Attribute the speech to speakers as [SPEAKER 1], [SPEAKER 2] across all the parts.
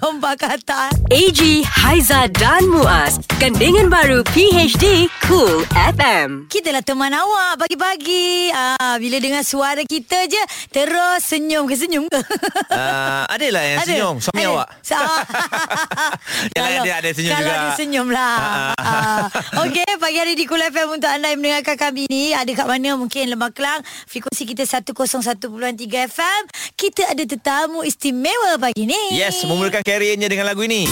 [SPEAKER 1] Lompat katak.
[SPEAKER 2] AG Haiza dan Muaz, gandingan baru PHD Cool FM.
[SPEAKER 1] Kita lah teman awak pagi-pagi. Ah, bila dengar suara kita je, terus senyum ke senyum ke?
[SPEAKER 3] Uh, adalah yang
[SPEAKER 1] Ada?
[SPEAKER 3] senyum Suami
[SPEAKER 1] Ada?
[SPEAKER 3] awak
[SPEAKER 1] Sa-
[SPEAKER 3] Yang lain dia ada senyum
[SPEAKER 1] kalau
[SPEAKER 3] juga.
[SPEAKER 1] Kalau ada senyum lah Ah. Okey pagi hari di Kul FM Untuk anda yang mendengarkan kami ni Ada kat mana mungkin Lembah Kelang Frekuensi kita 101.3 FM Kita ada tetamu istimewa pagi ni
[SPEAKER 3] Yes Memulakan kariernya dengan lagu ini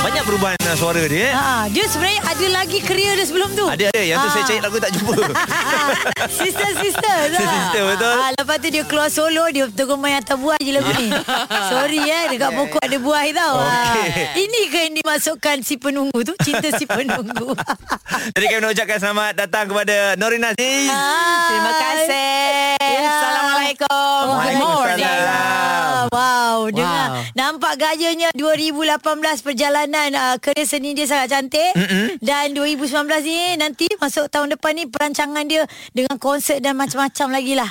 [SPEAKER 3] Banyak perubahan uh, suara dia eh?
[SPEAKER 1] Ha, dia sebenarnya ada lagi career dia sebelum tu.
[SPEAKER 3] Ada ada Yang tu
[SPEAKER 1] Ah.
[SPEAKER 3] saya cari lagu tak jumpa
[SPEAKER 1] Sister-sister tak?
[SPEAKER 3] Sister-sister, betul.
[SPEAKER 1] Ah, Lepas tu dia keluar solo Dia terus main atas buah je lagu ni Sorry eh Dekat pokok ada buah tau
[SPEAKER 3] Okey.
[SPEAKER 1] Ah, Ini ke yang dimasukkan si penunggu tu Cinta si penunggu
[SPEAKER 3] Jadi kami nak ucapkan selamat datang kepada Norina Aziz
[SPEAKER 1] Ah. Terima
[SPEAKER 4] Ya. Assalamualaikum.
[SPEAKER 3] Waalaikumsalam.
[SPEAKER 1] Wow, dengar
[SPEAKER 3] Wow.
[SPEAKER 1] nampak gayanya 2018 perjalanan uh, kerja seni dia sangat cantik mm-hmm. dan 2019 ni nanti masuk tahun depan ni perancangan dia dengan konsert dan macam-macam lagi lah.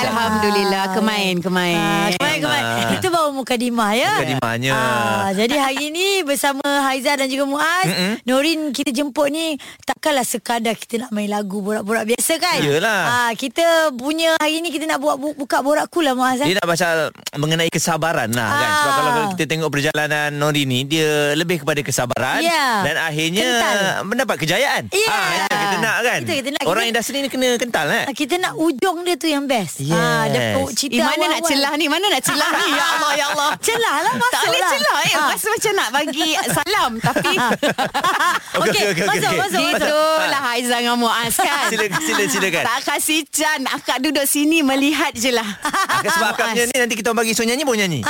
[SPEAKER 4] Alhamdulillah kemain kemain.
[SPEAKER 1] Ah, kemain kemain itu baru mukadimah ya.
[SPEAKER 3] Mukadimahnya.
[SPEAKER 1] Ah, jadi hari ni bersama Haiza dan juga Muaz, mm-hmm. Norin kita jemput ni takkanlah sekadar kita nak main lagu borak-borak biasa kan?
[SPEAKER 3] Yelah.
[SPEAKER 1] Ah, kita punya hari ni kita nak buat bu- buka borak kul lah Muaz. eh?
[SPEAKER 3] Dia nak baca mengenai kesabaran lah kan Sebab
[SPEAKER 1] Ah.
[SPEAKER 3] kalau kita tengok perjalanan Nori ni Dia lebih kepada kesabaran
[SPEAKER 1] Ya.
[SPEAKER 3] Dan akhirnya
[SPEAKER 1] Kental.
[SPEAKER 3] mendapat kejayaan
[SPEAKER 1] Ya.
[SPEAKER 3] Ah, itu yang Kita nak kan
[SPEAKER 1] Itu yang kita nak.
[SPEAKER 3] Orang
[SPEAKER 1] Kita-
[SPEAKER 3] industri ni kena kental kan
[SPEAKER 1] Ah, Kita nak ujung dia tu yang best.
[SPEAKER 3] Yes.
[SPEAKER 1] dapat
[SPEAKER 4] Eh,
[SPEAKER 1] cerita
[SPEAKER 4] mana nak
[SPEAKER 1] awal-awal.
[SPEAKER 4] celah ni? Mana nak celah ni? Ya Allah, ya Allah.
[SPEAKER 1] Celah lah masuk
[SPEAKER 4] Tak boleh
[SPEAKER 1] lah.
[SPEAKER 4] celah. Eh,
[SPEAKER 1] Ah.
[SPEAKER 4] rasa macam nak bagi salam. Tapi
[SPEAKER 3] Okey, okey, okey, okey.
[SPEAKER 1] Okey, masuk,
[SPEAKER 3] Ah.
[SPEAKER 1] masuk, masuk.
[SPEAKER 4] itulah Haizan dengan Muaz kan.
[SPEAKER 3] Sila- sila- silakan.
[SPEAKER 4] Tak kasih can. Akak duduk sini melihat je lah.
[SPEAKER 3] Ah, sebab akak punya
[SPEAKER 4] Muaz.
[SPEAKER 3] ni nanti kita orang bagi so nyanyi boleh nyanyi.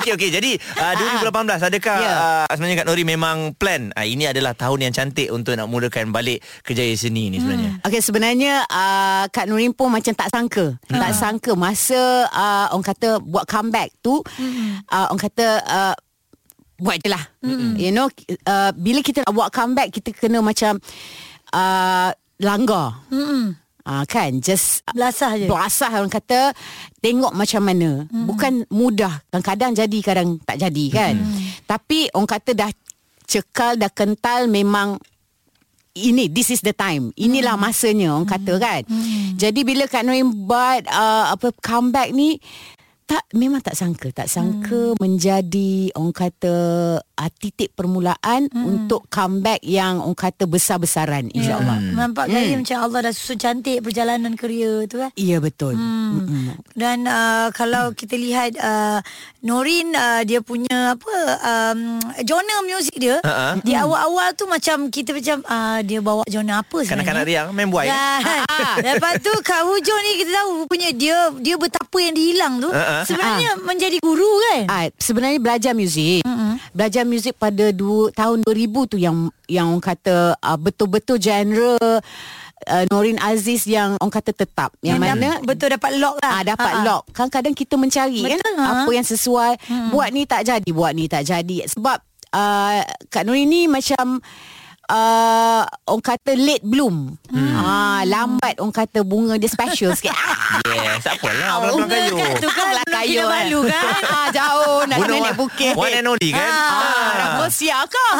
[SPEAKER 3] okey okey jadi
[SPEAKER 1] Ah.
[SPEAKER 3] uh, 2018 adakah
[SPEAKER 4] Ya.
[SPEAKER 3] yeah. uh, sebenarnya Kak Nori memang plan uh, ini adalah tahun yang cantik untuk nak mulakan balik kejayaan seni ni
[SPEAKER 1] Hmm.
[SPEAKER 3] sebenarnya.
[SPEAKER 4] Okey sebenarnya uh, Kak Nurin pun macam tak sangka. Hmm. Tak sangka masa uh, orang kata buat comeback tu hmm. uh, orang kata uh, buat je lah. Hmm. You know uh, bila kita nak buat comeback kita kena macam uh, langgar. Hmm. Uh, kan just
[SPEAKER 1] Belasah je.
[SPEAKER 4] Berasah orang kata Tengok macam mana hmm. Bukan mudah Kadang-kadang jadi Kadang tak jadi kan hmm. Tapi orang kata dah Cekal dah kental Memang ini this is the time inilah masanya orang kata kan jadi bila Kak Noim buat uh, apa comeback ni tak memang tak sangka tak sangka menjadi orang kata uh, titik permulaan untuk comeback yang orang kata besar-besaran insyaallah
[SPEAKER 1] Hmm. Nampak gaya macam Allah dah susun cantik perjalanan kerja tu kan.
[SPEAKER 4] iya Ya, betul
[SPEAKER 1] Hmm. Dan
[SPEAKER 3] Hmm.
[SPEAKER 1] uh, kalau kita lihat uh, Norin uh, dia punya apa um, genre muzik dia
[SPEAKER 3] Ha-ha. Hmm.
[SPEAKER 1] di awal-awal tu macam kita macam uh, dia bawa genre apa sebenarnya. Ya.
[SPEAKER 3] Kanak-kanak riang main buai. Yeah.
[SPEAKER 1] Dan, lepas tu Kak Hujung ni kita tahu rupanya dia dia betapa yang dihilang tu
[SPEAKER 3] Ha-ha. Ha.
[SPEAKER 1] sebenarnya menjadi guru kan.
[SPEAKER 4] Ah, sebenarnya belajar muzik. Mm-hmm. Belajar muzik pada dua, tahun 2000 tu yang yang orang kata uh, betul-betul genre uh, Norin Aziz yang orang kata tetap. Yang
[SPEAKER 1] Dia dap-
[SPEAKER 4] mana
[SPEAKER 1] betul dapat lock lah.
[SPEAKER 4] Ah dapat
[SPEAKER 1] Ha-ha.
[SPEAKER 4] lock. Kadang-kadang kita mencari
[SPEAKER 1] Betul,
[SPEAKER 4] kan
[SPEAKER 1] ha.
[SPEAKER 4] apa yang sesuai. Buat ni tak jadi, buat ni tak jadi. Sebab uh, Kak Norin ni macam Uh, orang kata late bloom hmm. ah, Lambat orang kata bunga dia special sikit ah,
[SPEAKER 3] Yes, tak apalah belang-belang kayu.
[SPEAKER 1] kat tu kan
[SPEAKER 4] Belah
[SPEAKER 1] belum kira
[SPEAKER 4] kayu
[SPEAKER 1] balu kan.
[SPEAKER 4] ah, Jauh nak
[SPEAKER 3] Bunuh
[SPEAKER 4] naik
[SPEAKER 3] one-
[SPEAKER 4] bukit
[SPEAKER 3] One
[SPEAKER 4] Kan?
[SPEAKER 1] Ah,
[SPEAKER 3] and only kan?
[SPEAKER 4] Ah, Rafflesia kah?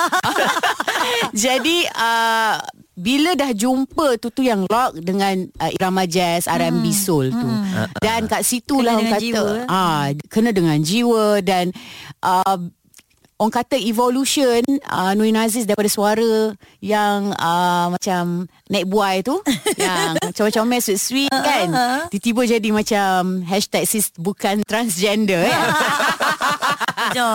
[SPEAKER 4] Jadi uh, bila dah jumpa tu tu yang rock dengan uh, irama jazz R&B soul tu dan kat situlah
[SPEAKER 1] Hmm. Kena
[SPEAKER 4] orang
[SPEAKER 1] dengan jiwa.
[SPEAKER 4] kata ah kena dengan jiwa dan uh, orang kata evolution uh, Nurin Aziz daripada suara yang uh, macam naik buai tu yang comel-comel sweet-sweet kan
[SPEAKER 1] Ah,
[SPEAKER 4] tiba-tiba jadi macam hashtag sis bukan transgender
[SPEAKER 1] Ya.
[SPEAKER 4] eh.
[SPEAKER 1] Sekejap Ya,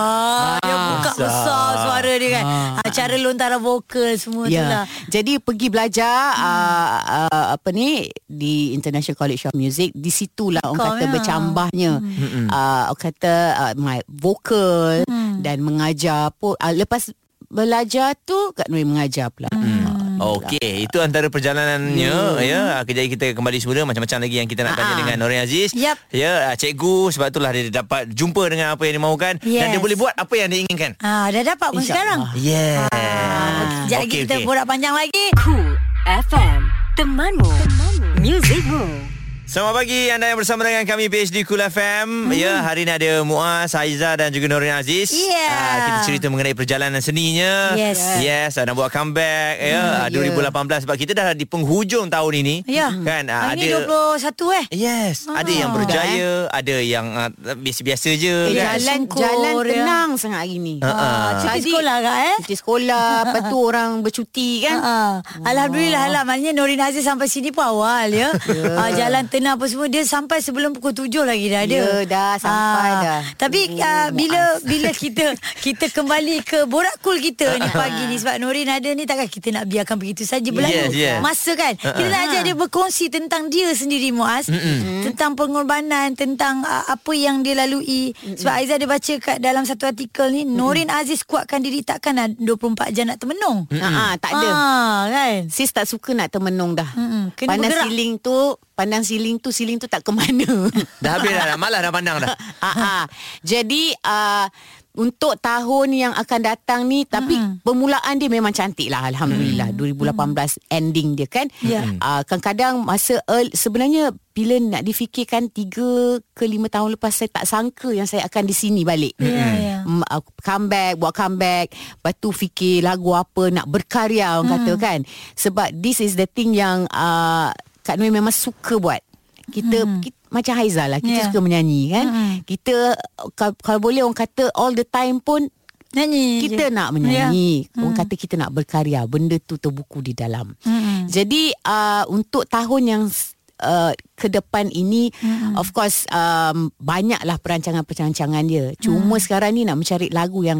[SPEAKER 1] Dia buka besar suara dia kan
[SPEAKER 3] Ha.
[SPEAKER 1] ah. Cara lontaran vokal
[SPEAKER 3] Ya.
[SPEAKER 1] semua tu lah
[SPEAKER 4] Jadi pergi belajar hmm. uh, uh, apa ni di International College of Music. Di situlah
[SPEAKER 1] Kau
[SPEAKER 4] orang kata
[SPEAKER 1] ya.
[SPEAKER 4] bercambahnya. Hmm. Uh, orang kata uh, my vokal hmm. dan mengajar pun uh, lepas belajar tu Kak Nuri mengajar pula. Hmm.
[SPEAKER 3] Okey, itu antara perjalanannya
[SPEAKER 1] Hmm.
[SPEAKER 3] ya. Kejaya kita kembali semula macam-macam lagi yang kita nak tanya
[SPEAKER 4] Ha-ha.
[SPEAKER 3] dengan Norin Aziz.
[SPEAKER 1] Ah. Yap.
[SPEAKER 3] Ya, ah, cikgu sebab itulah dia dapat jumpa dengan apa yang dia mahukan dan
[SPEAKER 1] Yes.
[SPEAKER 3] dia boleh buat apa yang dia inginkan.
[SPEAKER 1] ah, Dah dapat pun
[SPEAKER 4] Insya
[SPEAKER 1] sekarang
[SPEAKER 4] Allah.
[SPEAKER 3] Yeah.
[SPEAKER 1] Ah, Sekejap lagi kita borak panjang lagi
[SPEAKER 2] Cool FM Temanmu Musicmu
[SPEAKER 3] Selamat pagi anda yang bersama dengan kami PhD Cool FM. Hmm. Ya, hari ini ada Muaz, Haiza dan juga Norin Aziz.
[SPEAKER 1] Yeah.
[SPEAKER 3] Ah, kita cerita mengenai perjalanan seninya.
[SPEAKER 1] Yes. Hmm,
[SPEAKER 3] Yes, ah, nak buat comeback ya ah, 2018 sebab kita dah di penghujung tahun ini.
[SPEAKER 1] Ya
[SPEAKER 3] Kan ah,
[SPEAKER 1] Hari ni 21 eh
[SPEAKER 3] Yes, ah. ada yang berjaya, ada yang uh, biasa-biasa je kan.
[SPEAKER 4] Eh,
[SPEAKER 1] Yes.
[SPEAKER 4] jalan
[SPEAKER 1] Sungguh,
[SPEAKER 4] jalan
[SPEAKER 1] ya.
[SPEAKER 4] tenang sangat hari ni.
[SPEAKER 3] Ha, ha.
[SPEAKER 1] ah, Cuti
[SPEAKER 4] Tadi-
[SPEAKER 1] sekolah kak eh
[SPEAKER 4] Cuti sekolah, lepas tu orang bercuti kan.
[SPEAKER 1] Ha, Alhamdulillah lah Maknanya Norin Aziz sampai sini pun awal ya yeah. Jalan tenang apa semua Dia sampai sebelum pukul tujuh lagi dah ada
[SPEAKER 4] Ya, dah, sampai dah.
[SPEAKER 1] Tapi
[SPEAKER 4] Oh,
[SPEAKER 1] ah, bila
[SPEAKER 4] Muaz.
[SPEAKER 1] bila kita Kita kembali ke borak cool kita ni pagi ni Sebab Norin ada ni Takkan kita nak biarkan begitu saja Berlalu
[SPEAKER 3] Yes, yes.
[SPEAKER 1] masa kan Kita nak ajak dia berkongsi tentang dia sendiri Muaz Tentang pengorbanan Tentang ah, apa yang dia lalui Sebab Aizah dia baca kat dalam satu artikel ni Norin Aziz kuatkan diri Takkan ah, 24 jam nak termenung
[SPEAKER 4] Ha ah, tak ada.
[SPEAKER 1] Ah, kan.
[SPEAKER 4] Sis tak suka nak termenung dah.
[SPEAKER 1] Mm-mm, kena
[SPEAKER 4] Pandang
[SPEAKER 1] bergerak.
[SPEAKER 4] siling tu, pandang siling tu, siling tu tak ke mana.
[SPEAKER 3] Dah habis dah, dah malas dah pandang dah.
[SPEAKER 4] Ah, ah. Jadi uh, untuk tahun yang akan datang ni tapi mm-hmm. permulaan dia memang cantik lah alhamdulillah mm-hmm. 2018 ending dia kan.
[SPEAKER 1] Mm. Ya.
[SPEAKER 4] Ah, kadang-kadang masa early, sebenarnya bila nak difikirkan 3 ke 5 tahun lepas saya tak sangka yang saya akan di sini balik.
[SPEAKER 1] Ya, ya.
[SPEAKER 4] Mm, uh, comeback buat comeback lepas tu fikir lagu apa nak berkarya orang
[SPEAKER 1] Mm.
[SPEAKER 4] kata kan sebab this is the thing yang uh, Kak Nui memang suka buat kita,
[SPEAKER 1] Mm.
[SPEAKER 4] kita macam Haiza lah kita
[SPEAKER 1] Yeah.
[SPEAKER 4] suka menyanyi kan
[SPEAKER 1] Mm.
[SPEAKER 4] kita kalau, kalau boleh orang kata all the time pun
[SPEAKER 1] Nyanyi
[SPEAKER 4] kita
[SPEAKER 1] je.
[SPEAKER 4] nak menyanyi yeah. orang kata kita nak berkarya benda tu terbuku di dalam
[SPEAKER 1] Mm-mm.
[SPEAKER 4] jadi uh, untuk tahun yang uh, ke depan ini mm. of course um, banyaklah perancangan-perancangan dia cuma sekarang ni nak mencari lagu yang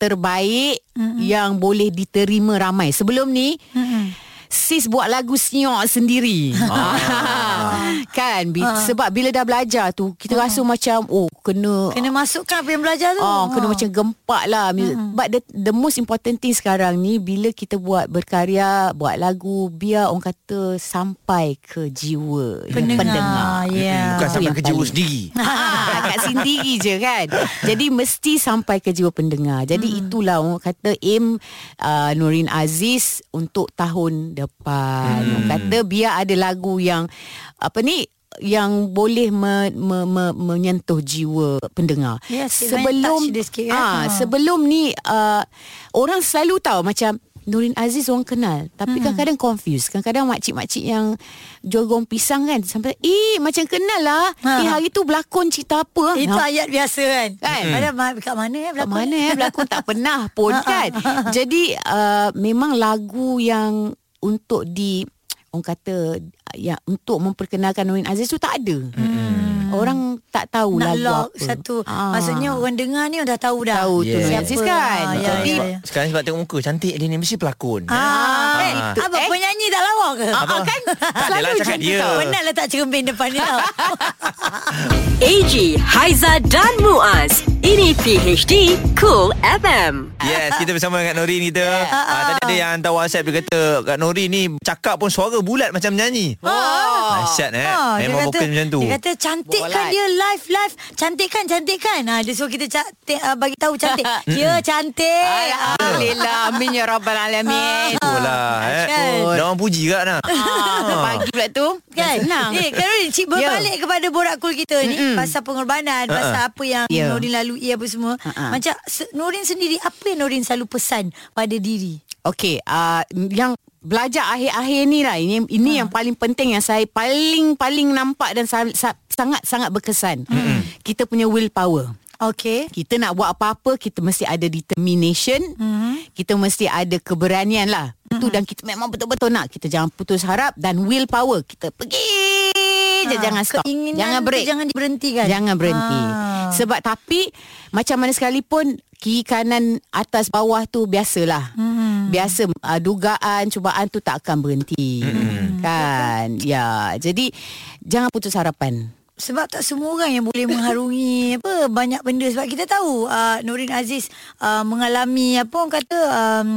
[SPEAKER 4] terbaik mm yang boleh diterima ramai sebelum ni
[SPEAKER 1] Mm-mm.
[SPEAKER 4] sis buat lagu senyok sendiri. Ah. kan bi- sebab bila dah belajar tu kita rasa macam oh kena
[SPEAKER 1] Kena masukkan apa yang belajar tu.
[SPEAKER 4] Oh, kena
[SPEAKER 1] Ha.
[SPEAKER 4] macam gempak lah mm-hmm. But the, the most important thing sekarang ni Bila kita buat berkarya Buat lagu Biar orang kata Sampai ke jiwa yang
[SPEAKER 1] pendengar.
[SPEAKER 4] pendengar.
[SPEAKER 1] Ya.
[SPEAKER 3] Bukan
[SPEAKER 4] Itu
[SPEAKER 3] sampai
[SPEAKER 4] yang
[SPEAKER 3] ke jiwa
[SPEAKER 4] paling-
[SPEAKER 3] sendiri.
[SPEAKER 4] Ah, kat sendiri je kan. Jadi mesti sampai ke jiwa pendengar. Jadi hmm. itulah orang kata aim uh, Nurin Aziz untuk tahun depan. Hmm. Orang kata biar ada lagu yang apa ni yang boleh me, me, me, menyentuh jiwa pendengar.
[SPEAKER 1] Yes, it might touch
[SPEAKER 4] sebelum
[SPEAKER 1] dia Ya, sikit, kan?
[SPEAKER 4] ah,
[SPEAKER 1] Ha.
[SPEAKER 4] sebelum ni uh, orang selalu tahu macam Nurin Aziz orang kenal Tapi hmm. kadang-kadang confused Kadang-kadang makcik-makcik yang Jual goreng pisang kan Sampai Eh macam kenal lah
[SPEAKER 1] Ha.
[SPEAKER 4] ha. Eh hari tu berlakon cerita apa
[SPEAKER 1] Itu
[SPEAKER 4] Ha,
[SPEAKER 1] ayat biasa kan.
[SPEAKER 4] Kan?
[SPEAKER 1] Ada ma- kat mana eh
[SPEAKER 4] Kat
[SPEAKER 1] berlakon? Ha,
[SPEAKER 4] mana eh berlakon tak pernah pun kan Jadi uh, memang lagu yang Untuk di Orang kata ya, Untuk memperkenalkan Nurin Aziz tu tak ada hmm. Orang tak tahu
[SPEAKER 1] Nak lock
[SPEAKER 4] lagu apa
[SPEAKER 1] satu.
[SPEAKER 4] Ah.
[SPEAKER 1] Maksudnya orang dengar ni dah tahu dah.
[SPEAKER 4] Tahu tu
[SPEAKER 3] Yes.
[SPEAKER 4] Nurin Aziz kan
[SPEAKER 1] Ah, ya,
[SPEAKER 4] Jadi
[SPEAKER 1] ya,
[SPEAKER 3] Sebab-
[SPEAKER 1] ya.
[SPEAKER 3] Sekarang sebab tengok muka cantik dia ni mesti pelakon.
[SPEAKER 1] Ah, eh,
[SPEAKER 3] Ah.
[SPEAKER 1] Abang
[SPEAKER 4] Eh.
[SPEAKER 1] penyanyi tak lawa ke?
[SPEAKER 4] Ah, ah, kan
[SPEAKER 3] Tak adalah
[SPEAKER 4] Selalu
[SPEAKER 3] cakap
[SPEAKER 4] macam
[SPEAKER 3] dia.
[SPEAKER 4] tu tau
[SPEAKER 1] Penat letak cermin depan ni tau.
[SPEAKER 2] AG, Haiza dan Muaz. Ini PHD Cool FM.
[SPEAKER 3] Yes, kita bersama dengan Kak Norin kita. Ah, tadi ada yang hantar WhatsApp dia kata Kak Norin ni cakap pun suara bulat macam nyanyi.
[SPEAKER 4] Ah.
[SPEAKER 3] Dahsyat eh.
[SPEAKER 1] Oh. Ah, dia
[SPEAKER 3] Memang
[SPEAKER 1] kata-
[SPEAKER 3] vokal macam tu.
[SPEAKER 1] Dia kata cantik kan
[SPEAKER 4] Bolat.
[SPEAKER 1] dia live live. Cantik kan cantik kan. Ah dia suruh kita ca- te- ah, bagi tahu cantik. ya cantik.
[SPEAKER 4] Alhamdulillah Amin ya Rabbal
[SPEAKER 1] ah,
[SPEAKER 4] Alamin
[SPEAKER 3] Betul lah. eh.
[SPEAKER 1] Kan?
[SPEAKER 3] Dah orang puji kat nak.
[SPEAKER 4] Ah, pagi pula tu
[SPEAKER 1] Kan?
[SPEAKER 4] Dah senang. Ya.
[SPEAKER 1] Eh, Karolin, cik berbalik yeah. kepada borak kul kita ni mm-hmm. pasal pengorbanan, uh-uh. pasal apa yang yeah.
[SPEAKER 4] Ya.
[SPEAKER 1] Norin lalui apa semua.
[SPEAKER 4] Ha-ha.
[SPEAKER 1] Macam se- Norin sendiri apa yang Norin selalu pesan pada diri?
[SPEAKER 4] Okey, uh, yang belajar akhir-akhir ni lah ini
[SPEAKER 1] Ah.
[SPEAKER 4] ini yang paling penting yang saya paling paling nampak dan sangat sangat berkesan. Hmm. Kita punya willpower.
[SPEAKER 1] Okey.
[SPEAKER 4] Kita nak buat apa-apa kita mesti ada determination. Mm-hmm. Kita mesti ada keberanian lah. Mm-hmm. Tu dan kita memang betul-betul nak. Kita jangan putus harap dan willpower. Kita pergi
[SPEAKER 1] Ha,
[SPEAKER 4] je jangan stop.
[SPEAKER 1] keinginan
[SPEAKER 4] Jangan
[SPEAKER 1] tu
[SPEAKER 4] break.
[SPEAKER 1] Jangan diberhentikan.
[SPEAKER 4] Jangan berhenti.
[SPEAKER 1] Ah.
[SPEAKER 4] Sebab tapi macam mana sekalipun kiri kanan atas bawah tu biasalah. Hmm. Biasa uh, dugaan cubaan tu tak akan berhenti. Hmm. Kan? Ya. Jadi jangan putus harapan.
[SPEAKER 1] Sebab tak semua orang yang boleh mengharungi apa banyak benda sebab kita tahu uh, Nurin Aziz uh, mengalami apa orang kata um,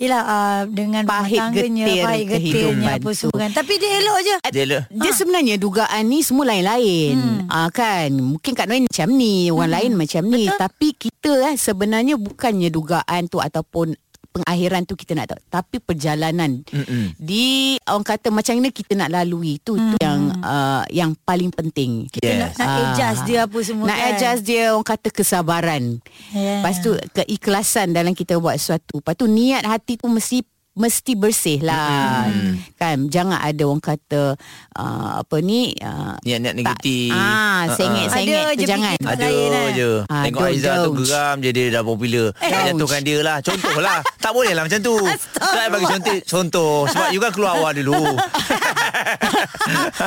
[SPEAKER 1] yalah uh, dengan rumah
[SPEAKER 4] Pahit
[SPEAKER 1] tangganya
[SPEAKER 4] getir
[SPEAKER 1] pahit getirnya
[SPEAKER 4] kehidupan
[SPEAKER 1] apa
[SPEAKER 4] tu.
[SPEAKER 1] semua kan. Tapi dia elok je.
[SPEAKER 3] Dia le.
[SPEAKER 4] Dia sebenarnya dugaan ni semua lain-lain. Ah. Hmm. Ah kan, mungkin Kak Noin macam ni, orang lain macam ni, tapi kita eh sebenarnya bukannya dugaan tu ataupun pengakhiran tu kita nak tahu, tapi perjalanan
[SPEAKER 3] Mm-mm.
[SPEAKER 4] di orang kata macam mana kita nak lalui tu,
[SPEAKER 1] Hmm.
[SPEAKER 4] tu yang uh, yang paling penting.
[SPEAKER 1] Dia
[SPEAKER 3] Yes.
[SPEAKER 1] Nak, nak
[SPEAKER 4] Ah.
[SPEAKER 1] adjust dia apa semua
[SPEAKER 4] Nak
[SPEAKER 1] kan.
[SPEAKER 4] adjust dia orang kata kesabaran.
[SPEAKER 1] Yeah.
[SPEAKER 4] Lepas tu keikhlasan dalam kita buat sesuatu. Lepas tu niat hati tu mesti mesti bersih lah hmm. kan jangan ada orang kata uh, apa ni uh,
[SPEAKER 3] Niat-niat
[SPEAKER 4] tak-
[SPEAKER 3] negatif.
[SPEAKER 4] ah
[SPEAKER 3] Ha-ha.
[SPEAKER 4] sengit sengit
[SPEAKER 1] Eh, Ada
[SPEAKER 4] tu
[SPEAKER 1] je
[SPEAKER 4] jangan
[SPEAKER 1] fikir
[SPEAKER 3] Ada
[SPEAKER 1] lain, eh.
[SPEAKER 3] je
[SPEAKER 4] Ah,
[SPEAKER 3] Tengok
[SPEAKER 4] don't,
[SPEAKER 3] Aizah tu
[SPEAKER 4] don't.
[SPEAKER 3] geram je Dia dah popular Nak
[SPEAKER 4] don't.
[SPEAKER 3] Jatuhkan dia lah Contoh lah Tak boleh lah macam tu Saya bagi contoh Contoh Sebab you kan keluar awal dulu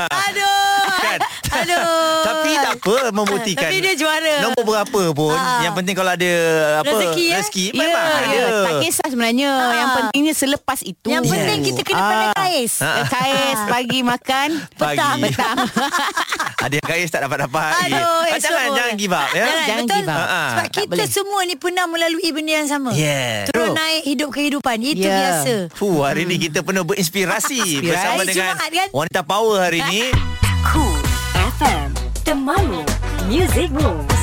[SPEAKER 1] Aduh.
[SPEAKER 3] Kan?
[SPEAKER 1] Aduh.
[SPEAKER 3] Tapi tak apa Membuktikan
[SPEAKER 1] Tapi dia juara.
[SPEAKER 3] Nombor berapa pun
[SPEAKER 1] Ah.
[SPEAKER 3] Yang penting kalau ada apa
[SPEAKER 1] Rezeki, eh?
[SPEAKER 3] Rezeki
[SPEAKER 4] Ya,
[SPEAKER 3] Memang
[SPEAKER 4] ya,
[SPEAKER 3] ada
[SPEAKER 4] tak kisah sebenarnya.
[SPEAKER 1] Ah.
[SPEAKER 4] Yang pentingnya selepas itu.
[SPEAKER 1] Yang penting kita kena pandai kais.
[SPEAKER 4] Ah. Kais pagi makan.
[SPEAKER 3] Pagi.
[SPEAKER 4] Petang. Petang.
[SPEAKER 3] Ada yang kaya tak dapat-dapat lagi.
[SPEAKER 1] Aduh,
[SPEAKER 3] Ah,
[SPEAKER 1] esok
[SPEAKER 3] Jangan
[SPEAKER 1] pun.
[SPEAKER 3] Jangan give up ya.
[SPEAKER 1] Jangan,
[SPEAKER 4] Jangan
[SPEAKER 1] betul.
[SPEAKER 4] give up.
[SPEAKER 3] Ah, ah.
[SPEAKER 1] Sebab
[SPEAKER 4] Tak
[SPEAKER 1] kita
[SPEAKER 4] boleh.
[SPEAKER 1] semua ni pernah melalui benda yang sama.
[SPEAKER 3] Yeah.
[SPEAKER 1] Turun
[SPEAKER 3] True.
[SPEAKER 1] naik hidup kehidupan. Itu
[SPEAKER 4] Yeah.
[SPEAKER 1] biasa.
[SPEAKER 3] Fuh, hari ni kita penuh berinspirasi bersama
[SPEAKER 1] Hari
[SPEAKER 3] dengan
[SPEAKER 1] Jumaat, Hmm. kan?
[SPEAKER 3] wanita power hari ni.
[SPEAKER 2] Cool FM Temanmu Music Rules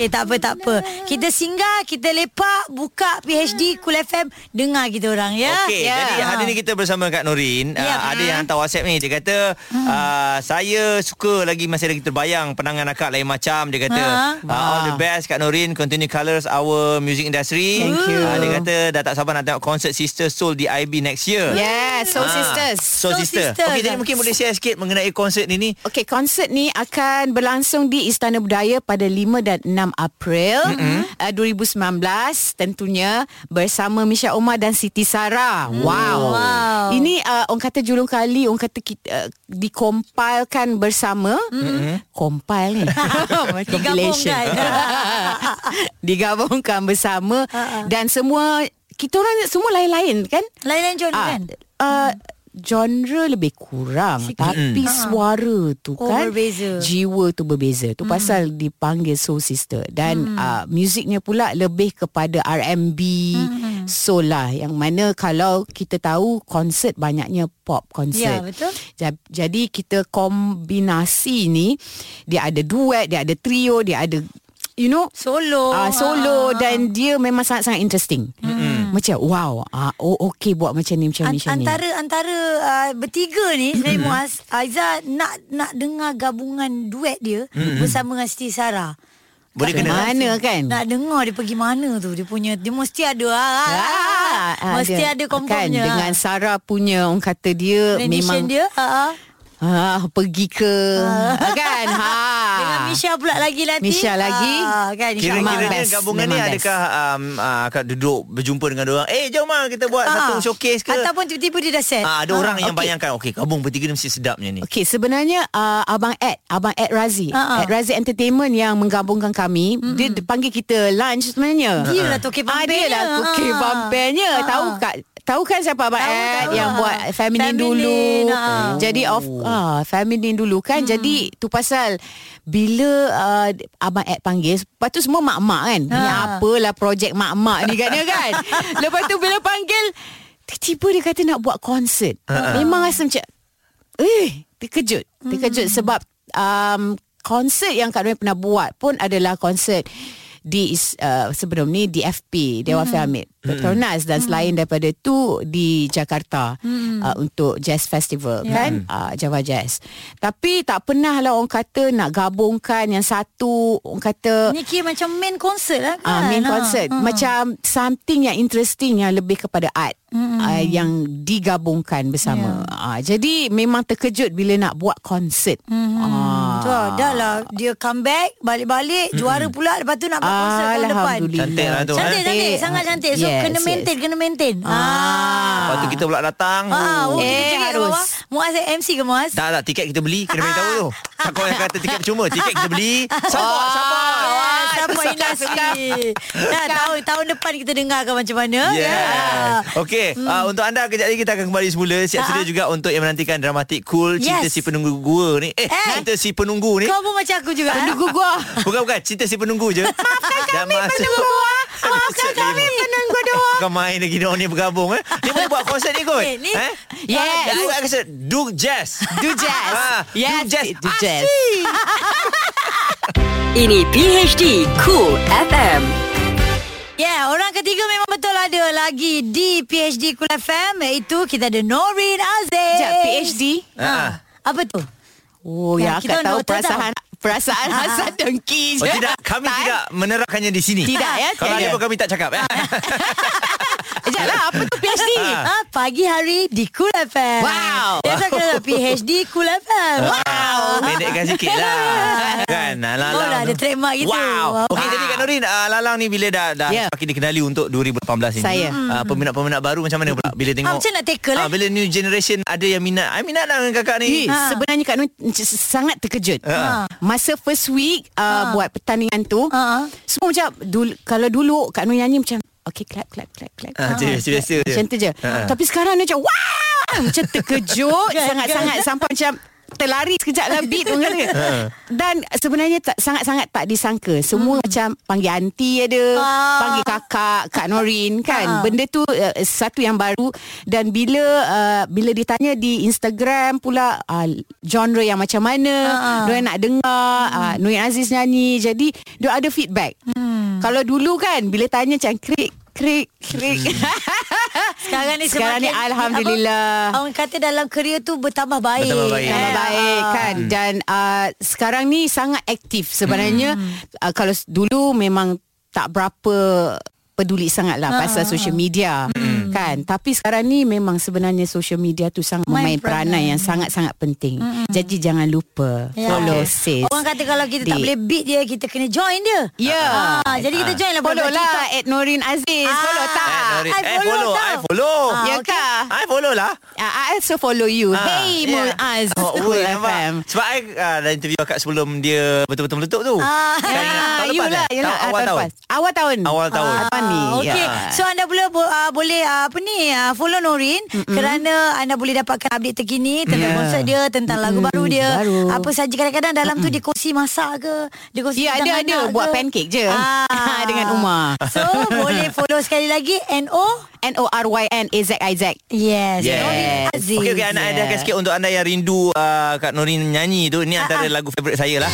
[SPEAKER 1] Eh tak apa tak apa. Kita singgah, kita lepak, buka PhD Cool FM, dengar kita orang ya.
[SPEAKER 4] Ah,
[SPEAKER 3] Okey, yeah. jadi hari ni kita bersama Kak Norin.
[SPEAKER 1] Ya,
[SPEAKER 3] Yeah, uh, ada
[SPEAKER 1] betul.
[SPEAKER 3] yang hantar WhatsApp ni. Dia kata, hmm. uh, saya suka lagi masih lagi terbayang penangan akak lain macam. Dia kata,
[SPEAKER 1] Ha.
[SPEAKER 3] uh, all the
[SPEAKER 4] Ah. Wah.
[SPEAKER 3] best Kak Norin. Continue colours our music industry.
[SPEAKER 4] Thank you.
[SPEAKER 3] Uh, dia kata, dah tak sabar nak tengok konsert Sister Soul di IB next year.
[SPEAKER 4] yeah, Soul
[SPEAKER 3] Ah,
[SPEAKER 4] Sisters.
[SPEAKER 3] Soul,
[SPEAKER 1] Soul
[SPEAKER 3] Sister.
[SPEAKER 1] Sister.
[SPEAKER 3] Okey, jadi mungkin boleh share sikit mengenai konsert ni ni.
[SPEAKER 4] Okey, konsert ni akan berlangsung di Istana Budaya pada 5 dan 6 April mm-hmm. uh, 2019 tentunya bersama Misha Omar dan Siti Sarah. Wow.
[SPEAKER 1] Wow.
[SPEAKER 4] Ini uh, orang kata julung kali, orang kata kita, uh, dikompilkan bersama. Mm-hmm. Compile ni. Compilation. Digabungkan bersama
[SPEAKER 1] Ha, ha.
[SPEAKER 4] dan semua kita orang semua lain-lain kan?
[SPEAKER 1] Lain-lain genre kan?
[SPEAKER 4] Uh, genre lebih kurang
[SPEAKER 1] Sikit.
[SPEAKER 4] Sikit. tapi
[SPEAKER 1] Mm.
[SPEAKER 4] suara tu
[SPEAKER 1] Oh,
[SPEAKER 4] kan
[SPEAKER 1] berbeza.
[SPEAKER 4] jiwa tu berbeza tu pasal dipanggil soul sister
[SPEAKER 1] Mm.
[SPEAKER 4] dan uh, muziknya pula lebih kepada R&B
[SPEAKER 1] Mm-hmm.
[SPEAKER 4] soul lah yang mana kalau kita tahu konsert banyaknya pop
[SPEAKER 1] Ya,
[SPEAKER 4] konsert
[SPEAKER 1] betul.
[SPEAKER 4] Ja- Jadi kita kombinasi ni dia ada duet, dia ada trio, dia ada you know
[SPEAKER 1] Solo.
[SPEAKER 4] Ah,
[SPEAKER 1] Ah.
[SPEAKER 4] solo dan dia memang sangat-sangat interesting. Mm-hmm. Macam wow, ah oh okey buat macam ni macam ni
[SPEAKER 1] An-
[SPEAKER 4] macam ni.
[SPEAKER 1] antara antara uh, bertiga ni sebenarnya Muaz Aiza nak nak dengar gabungan duet dia
[SPEAKER 4] Mm-hmm.
[SPEAKER 1] bersama dengan Siti Sarah.
[SPEAKER 3] Boleh
[SPEAKER 4] Macam
[SPEAKER 3] kena.
[SPEAKER 4] mana kan?
[SPEAKER 1] Nak dengar dia pergi mana tu dia punya dia mesti ada ah, ah, ah,
[SPEAKER 4] Ah, ah,
[SPEAKER 1] mesti
[SPEAKER 4] dia-
[SPEAKER 1] ada
[SPEAKER 4] kan,
[SPEAKER 1] komponnya.
[SPEAKER 4] dengan Sarah punya orang kata dia
[SPEAKER 1] memang
[SPEAKER 4] memang
[SPEAKER 1] dia ah, ah.
[SPEAKER 4] ah pergi ke kan ha
[SPEAKER 1] dengan Misha pula lagi nanti.
[SPEAKER 4] Misha lagi.
[SPEAKER 1] Ah, kan
[SPEAKER 4] Memang
[SPEAKER 3] Kira-kira
[SPEAKER 1] insyaAllah.
[SPEAKER 3] ni
[SPEAKER 4] best,
[SPEAKER 3] gabungan ni
[SPEAKER 4] memang best.
[SPEAKER 3] adakah um, uh, akak duduk berjumpa dengan orang? Eh jom lah kita buat
[SPEAKER 1] Ah,
[SPEAKER 3] satu showcase ke?
[SPEAKER 1] Ataupun tiba-tiba dia dah set.
[SPEAKER 3] Ah, ada orang yang
[SPEAKER 4] okey.
[SPEAKER 3] bayangkan Okey gabung bertiga ni mesti sedapnya ni
[SPEAKER 4] Okey, sebenarnya uh, abang Ed, abang Ed Razi,
[SPEAKER 1] Ha, ha.
[SPEAKER 4] Ed Razi Entertainment yang menggabungkan kami, mm-hmm. dia d- panggil kita lunch sebenarnya.
[SPEAKER 1] Dia lah tokeh
[SPEAKER 4] Ah, dia
[SPEAKER 1] pampirnya.
[SPEAKER 4] lah tokeh
[SPEAKER 1] Ha.
[SPEAKER 4] pampirnya.
[SPEAKER 1] Ha,
[SPEAKER 4] Tahu
[SPEAKER 1] ha.
[SPEAKER 4] kat Tahu kan siapa Abang
[SPEAKER 1] Tahu,
[SPEAKER 4] Ed
[SPEAKER 1] tahu.
[SPEAKER 4] yang buat
[SPEAKER 1] Feminine,
[SPEAKER 4] Feminine, dulu. Oh.
[SPEAKER 1] ha.
[SPEAKER 4] Jadi of ah Feminine dulu kan. Jadi tu pasal bila uh, Abang Ed panggil, lepas tu semua mak-mak kan. Ni
[SPEAKER 1] Ha.
[SPEAKER 4] apalah projek mak-mak ni katnya kan. lepas tu bila panggil Tiba-tiba dia kata nak buat konsert. Memang rasa macam Eh, terkejut. Terkejut hmm. sebab um, konsert yang Kak Noe pernah buat pun adalah konsert di is- uh, sebelum ni di FP Dewan hmm. Hamid. Petronas dan selain daripada tu di Jakarta uh, untuk jazz festival yeah. kan uh, Java Jazz. Tapi tak pernah lah orang kata nak gabungkan yang satu orang kata
[SPEAKER 1] Ni kira macam main concert lah kan
[SPEAKER 4] Ah, main
[SPEAKER 1] Ah.
[SPEAKER 4] concert
[SPEAKER 1] Ah.
[SPEAKER 4] macam something yang interesting yang lebih kepada art ah, yang digabungkan bersama.
[SPEAKER 1] Ya.
[SPEAKER 4] Ah, jadi memang terkejut bila nak buat Ah, konsert.
[SPEAKER 1] Tu
[SPEAKER 3] Ah.
[SPEAKER 1] lah, dah lah Dia comeback Balik-balik Juara pula Lepas tu nak buat konsert tahun depan
[SPEAKER 4] Alhamdulillah.
[SPEAKER 3] Cantik lah tu, eh?
[SPEAKER 1] Cantik cantik Sangat cantik So
[SPEAKER 4] Yes,
[SPEAKER 1] kena
[SPEAKER 4] yes.
[SPEAKER 1] maintain Kena maintain Ah.
[SPEAKER 3] Lepas tu kita pula datang.
[SPEAKER 1] Ah, oh,
[SPEAKER 4] Eh,
[SPEAKER 1] eh, harus.
[SPEAKER 4] harus.
[SPEAKER 1] Bawah. Muaz eh, MC ke Muaz?
[SPEAKER 3] Tak tak tiket kita beli Kena beritahu tu Tak kau yang kata tiket percuma Tiket kita beli Sabar sabar
[SPEAKER 1] Ah, Support industri Dah tahun, tahun depan kita dengarkan macam mana kan? Ah.
[SPEAKER 3] Yeah. Okey, hmm. uh, untuk anda kejap lagi kita akan kembali semula. Siap sedia juga untuk yang menantikan dramatik cool Cinta
[SPEAKER 1] Yes.
[SPEAKER 3] si penunggu gua ni. Eh,
[SPEAKER 1] Eh.
[SPEAKER 3] Cinta si penunggu ni.
[SPEAKER 1] Kau pun macam aku juga eh. Penunggu gua
[SPEAKER 3] Bukan bukan, Cinta si penunggu je. Maafkan kami penunggu gua. Maafkan kami penunggu doa. Kau main lagi dia orang ni bergabung eh. Dia boleh buat konsert ni kot.
[SPEAKER 1] Eh, ni-
[SPEAKER 3] Eh?
[SPEAKER 4] Yes.
[SPEAKER 3] Dah buat konsert Do Jazz.
[SPEAKER 4] Do jazz.
[SPEAKER 3] Ah, do
[SPEAKER 4] yes,
[SPEAKER 3] jazz. Ah,
[SPEAKER 4] Do jazz.
[SPEAKER 2] Ini PHD Cool FM.
[SPEAKER 1] Yeah, Ya, orang ketiga memang betul ada lagi di PhD Kul FM Iaitu kita ada Norin Aziz
[SPEAKER 4] Sekejap, PhD.
[SPEAKER 3] Ah,
[SPEAKER 1] ha. Apa tu?
[SPEAKER 4] Oh,
[SPEAKER 1] Ya,
[SPEAKER 4] ya,
[SPEAKER 1] kita Ah.
[SPEAKER 4] akak tahu
[SPEAKER 1] noted
[SPEAKER 4] perasaan perasaan hasad dengki je.
[SPEAKER 3] Oh tidak, kami
[SPEAKER 4] Tak, eh?
[SPEAKER 3] tidak menerapkannya di sini.
[SPEAKER 4] Tidak, ya,
[SPEAKER 3] Kalau
[SPEAKER 4] tidak.
[SPEAKER 3] ada pun kami tak cakap. Eh?
[SPEAKER 4] Sekejap lah, apa tu PhD?
[SPEAKER 1] Ah, pagi hari di Kul FM
[SPEAKER 4] Wow.
[SPEAKER 1] Biasa kita ada PhD Kul FM
[SPEAKER 3] Ha.
[SPEAKER 1] Wow
[SPEAKER 3] Pendekkan sikit lah Kan ah, Lalang
[SPEAKER 1] Ah, Oh, dah
[SPEAKER 3] tu.
[SPEAKER 1] ada trademark gitu.
[SPEAKER 3] Wow Okey
[SPEAKER 4] Wow.
[SPEAKER 3] jadi Kak Norin ah, Lalang ni bila dah, dah
[SPEAKER 4] Ya.
[SPEAKER 3] Makin dikenali untuk 2018 ni
[SPEAKER 4] Saya.
[SPEAKER 3] Ah, Peminat-peminat baru macam mana pula Bila tengok
[SPEAKER 1] Hmm. Ah, macam nak tackle, eh?
[SPEAKER 3] Ah, Bila new generation ada yang minat I minat lah dengan kakak ni
[SPEAKER 4] Eh,
[SPEAKER 1] Ha.
[SPEAKER 4] Sebenarnya Kak Nun c- sangat terkejut.
[SPEAKER 3] Ha.
[SPEAKER 4] Masa first week uh, buat pertandingan tu,
[SPEAKER 1] Ha.
[SPEAKER 4] semua macam dulu, kalau dulu Kak Nun nyanyi macam Okay clap clap clap clap.
[SPEAKER 3] Ah,
[SPEAKER 4] clap,
[SPEAKER 3] macam biasa
[SPEAKER 4] clap.
[SPEAKER 3] je.
[SPEAKER 4] Macam tu je.
[SPEAKER 3] Ha.
[SPEAKER 4] Tapi sekarang dia macam wow, macam terkejut
[SPEAKER 1] Kan,
[SPEAKER 4] sangat-sangat sampai macam terlari sekejap lah beat orang kata.
[SPEAKER 3] Ha,
[SPEAKER 4] Dan sebenarnya tak, sangat-sangat tak disangka. Semua macam panggil aunty ada,
[SPEAKER 1] Hmm. Ah. Ha,
[SPEAKER 4] panggil kakak, Kak Norin kan. Benda tu uh, satu yang baru dan bila uh, bila ditanya di Instagram pula uh, genre yang macam mana,
[SPEAKER 1] Ha,
[SPEAKER 4] uh nak dengar,
[SPEAKER 1] Hmm.
[SPEAKER 4] uh, Nurin Aziz nyanyi. Jadi dia ada feedback.
[SPEAKER 1] Hmm.
[SPEAKER 4] Kalau dulu kan bila tanya macam krik krik krik.
[SPEAKER 1] Sekarang ni
[SPEAKER 4] Sekarang ni
[SPEAKER 1] semakin-
[SPEAKER 4] alhamdulillah.
[SPEAKER 1] apa, Orang kata dalam kerja tu bertambah baik. ah,
[SPEAKER 3] Bertambah baik.
[SPEAKER 4] Nama
[SPEAKER 3] Eh,
[SPEAKER 4] baik kan dan uh, sekarang ni sangat aktif sebenarnya uh, kalau s- dulu memang tak berapa peduli sangatlah pasal social media kan tapi sekarang ni memang sebenarnya social media tu sangat
[SPEAKER 1] Main
[SPEAKER 4] main peranan
[SPEAKER 1] peranan.
[SPEAKER 4] yang sangat-sangat penting jadi jangan lupa
[SPEAKER 1] Ya.
[SPEAKER 4] follow
[SPEAKER 1] Okay.
[SPEAKER 4] sis
[SPEAKER 1] Orang kata kalau kita tak
[SPEAKER 4] Di-
[SPEAKER 1] boleh beat dia, kita kena join dia.
[SPEAKER 4] Ya.
[SPEAKER 1] Ah, jadi kita join lah
[SPEAKER 4] follow
[SPEAKER 1] budak-budak
[SPEAKER 4] lah
[SPEAKER 1] TikTok.
[SPEAKER 4] at Norin Aziz
[SPEAKER 1] Ah.
[SPEAKER 4] follow tak
[SPEAKER 3] Eh, Norin,
[SPEAKER 1] I
[SPEAKER 3] eh,
[SPEAKER 1] follow
[SPEAKER 3] follow
[SPEAKER 1] tau.
[SPEAKER 3] I follow
[SPEAKER 4] ah, ya
[SPEAKER 1] okay.
[SPEAKER 4] kah
[SPEAKER 3] I follow lah
[SPEAKER 4] Ah, I also follow you
[SPEAKER 3] Ah,
[SPEAKER 4] hey
[SPEAKER 3] yeah.
[SPEAKER 4] Mul Az
[SPEAKER 3] Oh, weh,
[SPEAKER 4] Cool
[SPEAKER 3] nampak?
[SPEAKER 4] FM
[SPEAKER 3] Sebab I ah, dah interview akak sebelum dia Betul-betul meletup tu
[SPEAKER 1] Ah.
[SPEAKER 3] Kan ingat
[SPEAKER 4] Ah,
[SPEAKER 3] tahun
[SPEAKER 4] you
[SPEAKER 3] lepas
[SPEAKER 4] lah,
[SPEAKER 3] eh?
[SPEAKER 4] you lah.
[SPEAKER 3] Tahun-
[SPEAKER 4] Ah,
[SPEAKER 3] Awal tahun
[SPEAKER 4] lepas. Awal tahun.
[SPEAKER 3] Awal tahun
[SPEAKER 4] Ah, Tahun ni.
[SPEAKER 1] Okay.
[SPEAKER 4] ya.
[SPEAKER 1] So anda boleh uh, boleh uh, apa ni uh, follow Norin mm-hmm. kerana anda boleh dapatkan update terkini tentang
[SPEAKER 3] Ya.
[SPEAKER 1] yeah. konsert dia, tentang lagu baru dia.
[SPEAKER 4] baru.
[SPEAKER 1] Apa saja kadang-kadang dalam mm-hmm. tu dia kongsi masak ke, dia kongsi tentang
[SPEAKER 4] Ya, ada- ada.
[SPEAKER 1] anak
[SPEAKER 4] Buat
[SPEAKER 1] ke. Ah.
[SPEAKER 4] pancake je. Dengan Umar.
[SPEAKER 1] So boleh follow sekali lagi NO
[SPEAKER 4] N-O-R-Y-N-A-Z-I-Z.
[SPEAKER 1] Yes.
[SPEAKER 3] Yes.
[SPEAKER 1] Norin Aziz.
[SPEAKER 3] Okey okey anak ada sikit untuk anda yang rindu uh, Kak Norin nyanyi tu
[SPEAKER 4] Ah,
[SPEAKER 3] ni antara lagu favorite saya lah.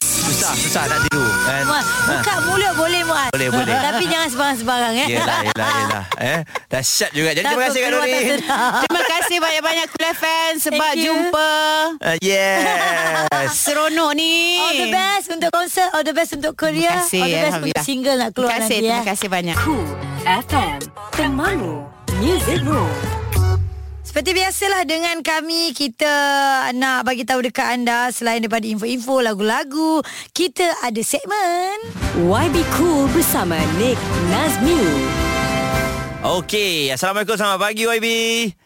[SPEAKER 3] Susah susah nak tiru kan.
[SPEAKER 1] Muaz, buka mulut boleh Muaz
[SPEAKER 3] Boleh, boleh.
[SPEAKER 1] Tapi jangan sembarang-sembarang eh
[SPEAKER 3] Yelah yelah yelah eh. Dahsyat juga. Jadi terima
[SPEAKER 1] Takut
[SPEAKER 3] kasih Kak
[SPEAKER 1] keluar tak
[SPEAKER 3] Norin.
[SPEAKER 1] sedap.
[SPEAKER 4] Terima kasih banyak-banyak Kul FM sebab
[SPEAKER 1] Thank you.
[SPEAKER 4] jumpa.
[SPEAKER 3] Uh, yes.
[SPEAKER 4] Seronok ni.
[SPEAKER 1] All the best untuk konsert All the best untuk Korea
[SPEAKER 4] Terima kasih,
[SPEAKER 1] All the best untuk
[SPEAKER 4] Alhamdulillah.
[SPEAKER 1] single nak keluar
[SPEAKER 4] Terima kasih,
[SPEAKER 1] nanti
[SPEAKER 4] terima
[SPEAKER 1] eh.
[SPEAKER 4] kasih banyak.
[SPEAKER 2] Cool FM. Temanmu. Music Room.
[SPEAKER 1] Seperti biasalah dengan kami Kita nak bagi tahu dekat anda Selain daripada info-info Lagu-lagu Kita ada segmen
[SPEAKER 2] YB Cool bersama Nick Nazmi.
[SPEAKER 3] Okey, Assalamualaikum selamat pagi YB.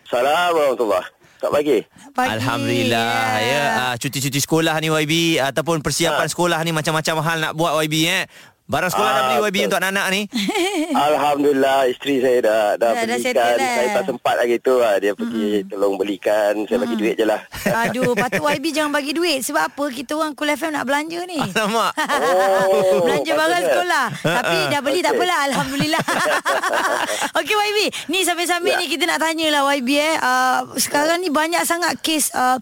[SPEAKER 5] Salam warahmatullahi Tak pagi
[SPEAKER 1] Pagi.
[SPEAKER 3] Alhamdulillah Ah, ya. Uh, cuti-cuti sekolah ni YB ataupun persiapan sekolah ni macam-macam hal nak buat YB eh. Barang sekolah dah
[SPEAKER 5] Ah,
[SPEAKER 3] beli YB
[SPEAKER 5] betul.
[SPEAKER 3] untuk anak-anak ni?
[SPEAKER 5] Alhamdulillah isteri saya dah Eh. dah
[SPEAKER 1] Dah- dah
[SPEAKER 5] belikan.
[SPEAKER 1] settle lah.
[SPEAKER 5] Saya tak sempat lagi tu lah. Dia pergi tolong belikan. Saya bagi duit je lah.
[SPEAKER 1] Aduh, patut YB jangan bagi duit. Sebab apa? Kita orang Cool FM nak belanja ni.
[SPEAKER 3] Alamak.
[SPEAKER 5] Oh,
[SPEAKER 1] Belanja barang
[SPEAKER 5] patutnya.
[SPEAKER 1] sekolah Tapi dah beli tak
[SPEAKER 5] Okey.
[SPEAKER 1] apalah Alhamdulillah Okey YB Ni sambil-sambil
[SPEAKER 5] Ya.
[SPEAKER 1] ni Kita nak tanyalah YB eh uh, Sekarang ni banyak sangat kes uh,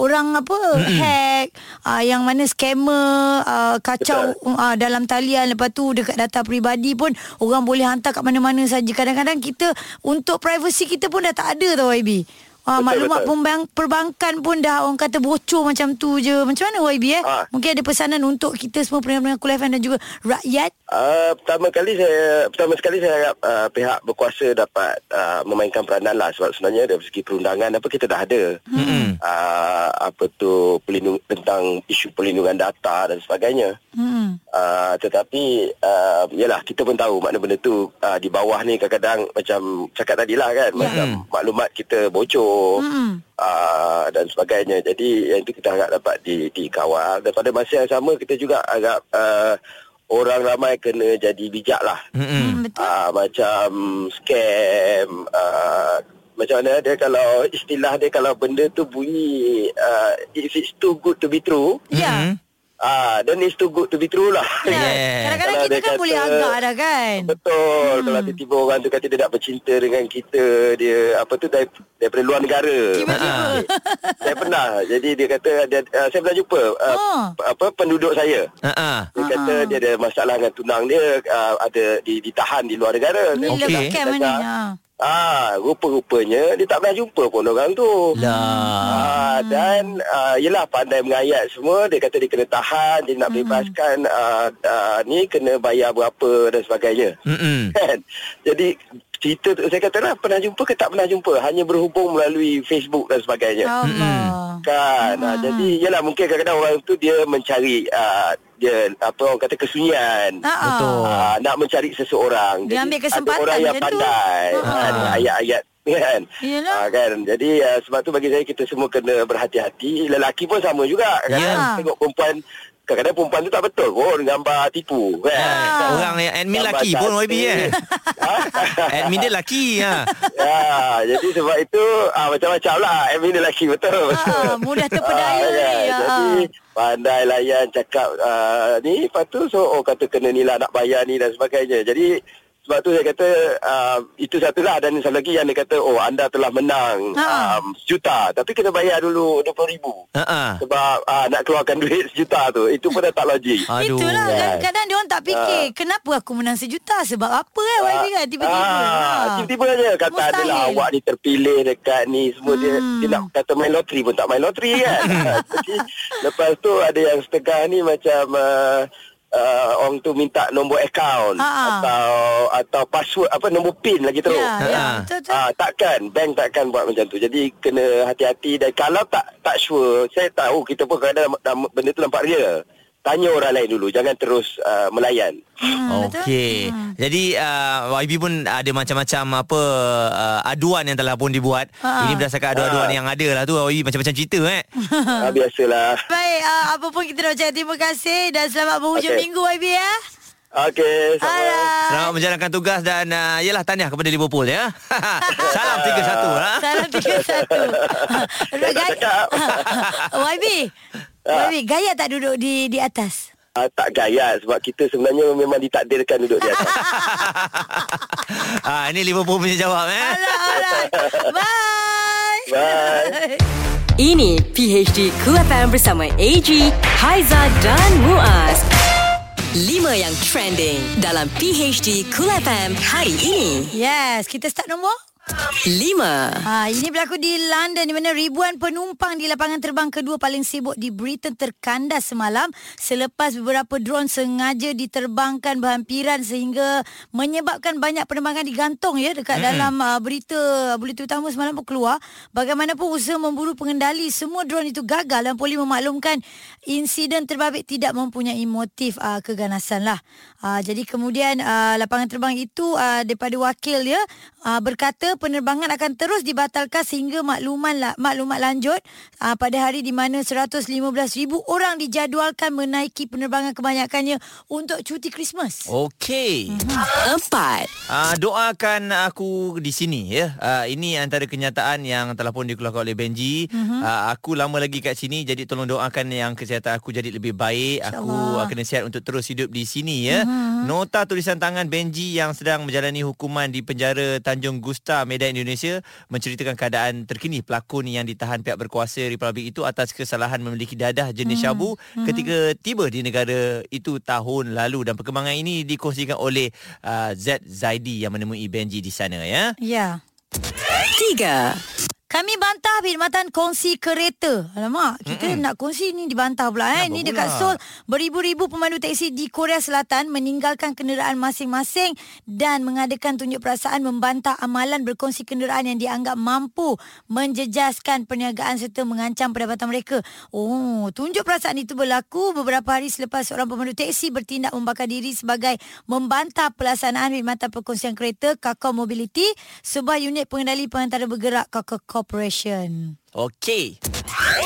[SPEAKER 1] Orang apa Hack uh, Yang mana scammer uh, Kacau uh, dalam talian Lepas tu dekat data peribadi pun Orang boleh hantar kat mana-mana saja Kadang-kadang kita Untuk privasi kita pun dah tak ada tau YB Ah, maklumat
[SPEAKER 5] Betul, betul.
[SPEAKER 1] pembang- perbankan pun dah orang kata bocor macam tu je. Macam mana YB eh?
[SPEAKER 5] Ah.
[SPEAKER 1] Mungkin ada pesanan untuk kita semua pendengar-pendengar Kul FM dan juga rakyat.
[SPEAKER 5] Uh, pertama kali saya pertama sekali saya harap uh, pihak berkuasa dapat uh, memainkan peranan lah sebab sebenarnya dari segi perundangan apa kita dah ada hmm. uh, apa tu pelindung tentang isu perlindungan data dan sebagainya
[SPEAKER 1] Hmm.
[SPEAKER 5] Uh, tetapi uh, yalah kita pun tahu makna benda tu uh, di bawah ni kadang-kadang macam cakap tadi lah kan
[SPEAKER 1] Ya.
[SPEAKER 5] yeah. macam
[SPEAKER 1] Hmm.
[SPEAKER 5] maklumat kita bocor mm. uh, dan sebagainya jadi yang itu kita harap dapat di, dikawal dan pada masa yang sama kita juga harap uh, orang ramai kena jadi bijak lah
[SPEAKER 3] Mm-mm.
[SPEAKER 1] Hmm, betul.
[SPEAKER 5] uh, macam scam uh, macam mana dia kalau istilah dia kalau benda tu bunyi uh, if it's too good to be true
[SPEAKER 3] Hmm.
[SPEAKER 1] Ya.
[SPEAKER 5] Ah, then it's too good to be true lah.
[SPEAKER 1] Ya.
[SPEAKER 3] Yeah.
[SPEAKER 1] Kadang-kadang
[SPEAKER 5] Kalau
[SPEAKER 1] kita
[SPEAKER 5] dia
[SPEAKER 1] kan
[SPEAKER 5] kata-
[SPEAKER 1] boleh agak dah kan.
[SPEAKER 5] Betul. Hmm. Kalau tiba-tiba orang tu kata dia tak bercinta dengan kita, dia apa tu dari, daripada luar negara. Ha.
[SPEAKER 1] Tiba-tiba.
[SPEAKER 5] saya pernah. Jadi dia kata dia, uh, saya pernah jumpa uh,
[SPEAKER 1] Oh.
[SPEAKER 5] p- apa penduduk saya.
[SPEAKER 3] Ha-ha.
[SPEAKER 5] Dia kata dia ada masalah dengan tunang dia uh, ada di, ditahan di luar negara.
[SPEAKER 1] Ni
[SPEAKER 5] Saya
[SPEAKER 3] Okey.
[SPEAKER 1] lekat camp mana?
[SPEAKER 5] cakap,
[SPEAKER 1] Ha.
[SPEAKER 5] Ah, rupa-rupanya dia tak pernah jumpa pun orang tu.
[SPEAKER 3] Lah.
[SPEAKER 5] Ah, dan uh, yelah pandai mengayat semua dia kata dia kena tahan dia nak bebaskan uh, uh, ni kena bayar berapa dan sebagainya
[SPEAKER 3] Mm-mm.
[SPEAKER 5] kan jadi cerita tu saya kata lah pernah jumpa ke tak pernah jumpa hanya berhubung melalui Facebook dan sebagainya
[SPEAKER 1] Oh, Allah.
[SPEAKER 5] kan ah, jadi yelah mungkin kadang-kadang orang tu dia mencari uh, dia apa orang kata kesunyian
[SPEAKER 1] Ha-ha.
[SPEAKER 3] Betul.
[SPEAKER 5] Ah, nak mencari seseorang.
[SPEAKER 1] Dia ambil kesempatan
[SPEAKER 5] ada orang
[SPEAKER 1] macam
[SPEAKER 5] yang
[SPEAKER 1] tu.
[SPEAKER 5] pandai.
[SPEAKER 1] Ha.
[SPEAKER 5] Ada ayat-ayat kan.
[SPEAKER 1] Yelah.
[SPEAKER 5] Ah, kan. Jadi ah, sebab tu bagi saya kita semua kena berhati-hati. Lelaki pun sama juga.
[SPEAKER 1] Ya.
[SPEAKER 5] Kadang-kadang kita tengok perempuan kadang-kadang perempuan tu tak betul pun gambar tipu kan.
[SPEAKER 3] Ya,
[SPEAKER 1] Ah.
[SPEAKER 3] Orang yang admin
[SPEAKER 5] Gambar
[SPEAKER 3] lelaki pun
[SPEAKER 5] cantik.
[SPEAKER 3] YB eh. Admin dia lelaki ha.
[SPEAKER 5] ya, jadi sebab itu ah, macam-macam lah. Admin dia lelaki betul.
[SPEAKER 1] Ha, mudah terpedaya
[SPEAKER 5] Ah,
[SPEAKER 1] ni,
[SPEAKER 5] kan.
[SPEAKER 1] ah.
[SPEAKER 5] Jadi pandai layan cakap ah, ni. Lepas tu so oh, kata kena ni lah nak bayar ni dan sebagainya. Jadi sebab tu saya kata ah, itu satulah dan satu lagi yang dia kata oh anda telah menang
[SPEAKER 1] Ha.
[SPEAKER 5] um, sejuta. Tapi kena bayar dulu RM20,000.
[SPEAKER 3] Ha-ha.
[SPEAKER 5] Sebab ah, nak keluarkan duit sejuta tu. Itu pun dah tak logik.
[SPEAKER 3] Aduh.
[SPEAKER 1] Itulah
[SPEAKER 5] Ya.
[SPEAKER 1] kadang-kadang dia orang tak fikir kenapa aku menang sejuta sebab apa eh YB kan tiba-tiba.
[SPEAKER 5] Ah. Ah,
[SPEAKER 1] Ha.
[SPEAKER 5] tiba-tiba je kata
[SPEAKER 1] Mustahil. Hmm.
[SPEAKER 5] adalah awak ni terpilih dekat ni semua dia, dia nak kata main loteri pun tak main loteri kan. Jadi, lepas tu ada yang setengah ni macam uh, uh, orang tu minta nombor akaun
[SPEAKER 1] Ha, ha.
[SPEAKER 5] atau atau password apa nombor pin lagi teruk.
[SPEAKER 1] Ya, ya,
[SPEAKER 3] Ha.
[SPEAKER 1] betul betul.
[SPEAKER 5] Ah, takkan bank takkan buat macam tu. Jadi kena hati-hati dan kalau tak tak sure, saya tahu kita pun kadang kadang benda tu nampak real. Tanya orang lain dulu, jangan terus uh, melayan.
[SPEAKER 1] Hmm, betul.
[SPEAKER 3] Okey. Jadi uh, YB pun ada macam-macam apa uh, aduan yang telah pun dibuat.
[SPEAKER 1] Ha.
[SPEAKER 3] Ini berdasarkan aduan-aduan yang ada lah tu YB macam-macam cerita eh.
[SPEAKER 5] Ah, biasalah.
[SPEAKER 1] Baik, uh, apa pun kita nak ucapkan terima kasih dan selamat berhujung
[SPEAKER 5] Okey.
[SPEAKER 1] minggu YB ya.
[SPEAKER 5] Okey, sama.
[SPEAKER 1] Alright.
[SPEAKER 3] Selamat menjalankan tugas dan uh, yelah tahniah kepada Liverpool ya. Salam 3-1 ha.
[SPEAKER 1] Salam 31
[SPEAKER 5] Saya tak cakap.
[SPEAKER 1] YB YB Gaya tak duduk di di atas
[SPEAKER 5] Ah, tak gaya sebab kita sebenarnya memang ditakdirkan duduk di atas.
[SPEAKER 3] Ah ini Liverpool punya jawab eh.
[SPEAKER 1] Alah alah Bye
[SPEAKER 5] Bye.
[SPEAKER 2] Ini PHD Cool FM bersama AG, Haiza dan Muaz. 5 yang trending dalam PHD Cool FM hari ini.
[SPEAKER 1] Yes Kita start nombor
[SPEAKER 2] 5.
[SPEAKER 1] Ha, ini berlaku di London di mana ribuan penumpang di lapangan terbang kedua paling sibuk di Britain terkandas semalam selepas beberapa drone sengaja diterbangkan berhampiran sehingga menyebabkan banyak penerbangan digantung ya dekat mm-hmm. dalam uh, berita berita utama semalam pun keluar. Bagaimanapun usaha memburu pengendali semua drone itu gagal dan polis memaklumkan insiden terbabit tidak mempunyai motif uh, keganasan Ah, lah. Uh, jadi kemudian uh, lapangan terbang itu uh, daripada wakil dia uh, berkata kata penerbangan akan terus dibatalkan sehingga makluman la, maklumat lanjut uh, pada hari di mana 115,000 orang dijadualkan menaiki penerbangan kebanyakannya untuk cuti Krismas.
[SPEAKER 3] Oh. Okey.
[SPEAKER 2] Empat.
[SPEAKER 3] Uh, doakan aku di sini ya. Uh, ini antara kenyataan yang telah pun dikeluarkan oleh Benji. Mm-hmm. Uh, aku lama lagi kat sini jadi tolong doakan yang kesihatan aku jadi lebih baik. Aku uh, kena sihat untuk terus hidup di sini ya. Mm-hmm. Nota tulisan tangan Benji yang sedang menjalani hukuman di penjara Tanjung Gusta Medan Indonesia menceritakan keadaan terkini pelakon yang ditahan pihak berkuasa Republik itu atas kesalahan memiliki dadah jenis mm-hmm. syabu ketika tiba di negara itu tahun lalu dan perkembangan ini dikongsikan oleh uh, Z Zaidi yang menemui Benji di sana ya.
[SPEAKER 1] Ya.
[SPEAKER 2] Tiga.
[SPEAKER 1] Kami bantah perkhidmatan kongsi kereta. Alamak, kita Mm-mm. nak kongsi ni dibantah pula eh.
[SPEAKER 3] Kenapa
[SPEAKER 1] Ni dekat
[SPEAKER 3] pula?
[SPEAKER 1] Seoul, beribu-ribu pemandu teksi di Korea Selatan meninggalkan kenderaan masing-masing dan mengadakan tunjuk perasaan membantah amalan berkongsi kenderaan yang dianggap mampu menjejaskan perniagaan serta mengancam pendapatan mereka. Oh, tunjuk perasaan itu berlaku beberapa hari selepas seorang pemandu teksi bertindak membakar diri sebagai membantah pelaksanaan perkhidmatan perkongsian kereta Kakao Mobility, sebuah unit pengendali pengantara bergerak Kakao Corporation.
[SPEAKER 3] Okey.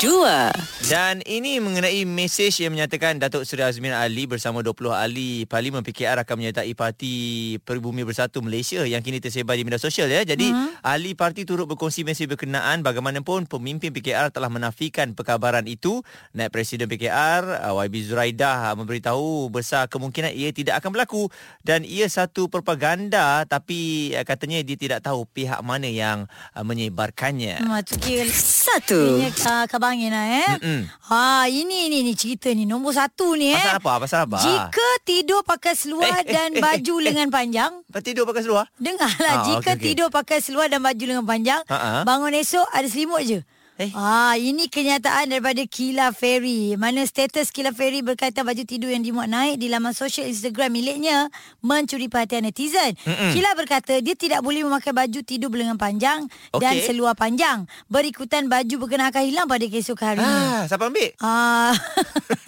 [SPEAKER 2] Dua.
[SPEAKER 3] Dan ini mengenai mesej yang menyatakan Datuk Seri Azmin Ali bersama 20 ahli Parlimen PKR akan menyertai Parti Peribumi Bersatu Malaysia yang kini tersebar di media sosial ya. Jadi hmm. ahli parti turut berkongsi mesej berkenaan bagaimanapun pemimpin PKR telah menafikan perkabaran itu. Naib Presiden PKR ah, YB Zuraidah ah, memberitahu besar kemungkinan ia tidak akan berlaku dan ia satu propaganda tapi ah, katanya dia tidak tahu pihak mana yang ah, menyebarkannya.
[SPEAKER 1] Hmm, tu kira
[SPEAKER 2] Satu.
[SPEAKER 1] Ini uh, Abang Angin lah eh.
[SPEAKER 3] Mm-mm.
[SPEAKER 1] Ha, ini ni ni cerita ni nombor satu ni eh.
[SPEAKER 3] Pasal apa? Pasal apa?
[SPEAKER 1] Jika tidur pakai
[SPEAKER 3] Eh, eh,
[SPEAKER 1] seluar dan
[SPEAKER 3] eh,
[SPEAKER 1] baju
[SPEAKER 3] eh, eh.
[SPEAKER 1] lengan panjang,
[SPEAKER 3] Lepas tidur pakai seluar?
[SPEAKER 1] dengarlah
[SPEAKER 3] Ah, okey,
[SPEAKER 1] jika
[SPEAKER 3] okey.
[SPEAKER 1] tidur pakai seluar dan baju lengan panjang,
[SPEAKER 3] Ha, ha.
[SPEAKER 1] bangun esok ada selimut je.
[SPEAKER 3] Eh.
[SPEAKER 1] Ah, ini kenyataan daripada Kila Ferry. Mana status Kila Ferry berkaitan baju tidur yang dimuat naik di laman sosial Instagram miliknya mencuri perhatian netizen. Mm-mm. Kila berkata dia tidak boleh memakai baju tidur berlengan panjang dan
[SPEAKER 3] Okey.
[SPEAKER 1] seluar panjang. Berikutan baju berkenaan akan hilang pada keesokan
[SPEAKER 3] Ah,
[SPEAKER 1] harinya.
[SPEAKER 3] siapa ambil?
[SPEAKER 1] Ah.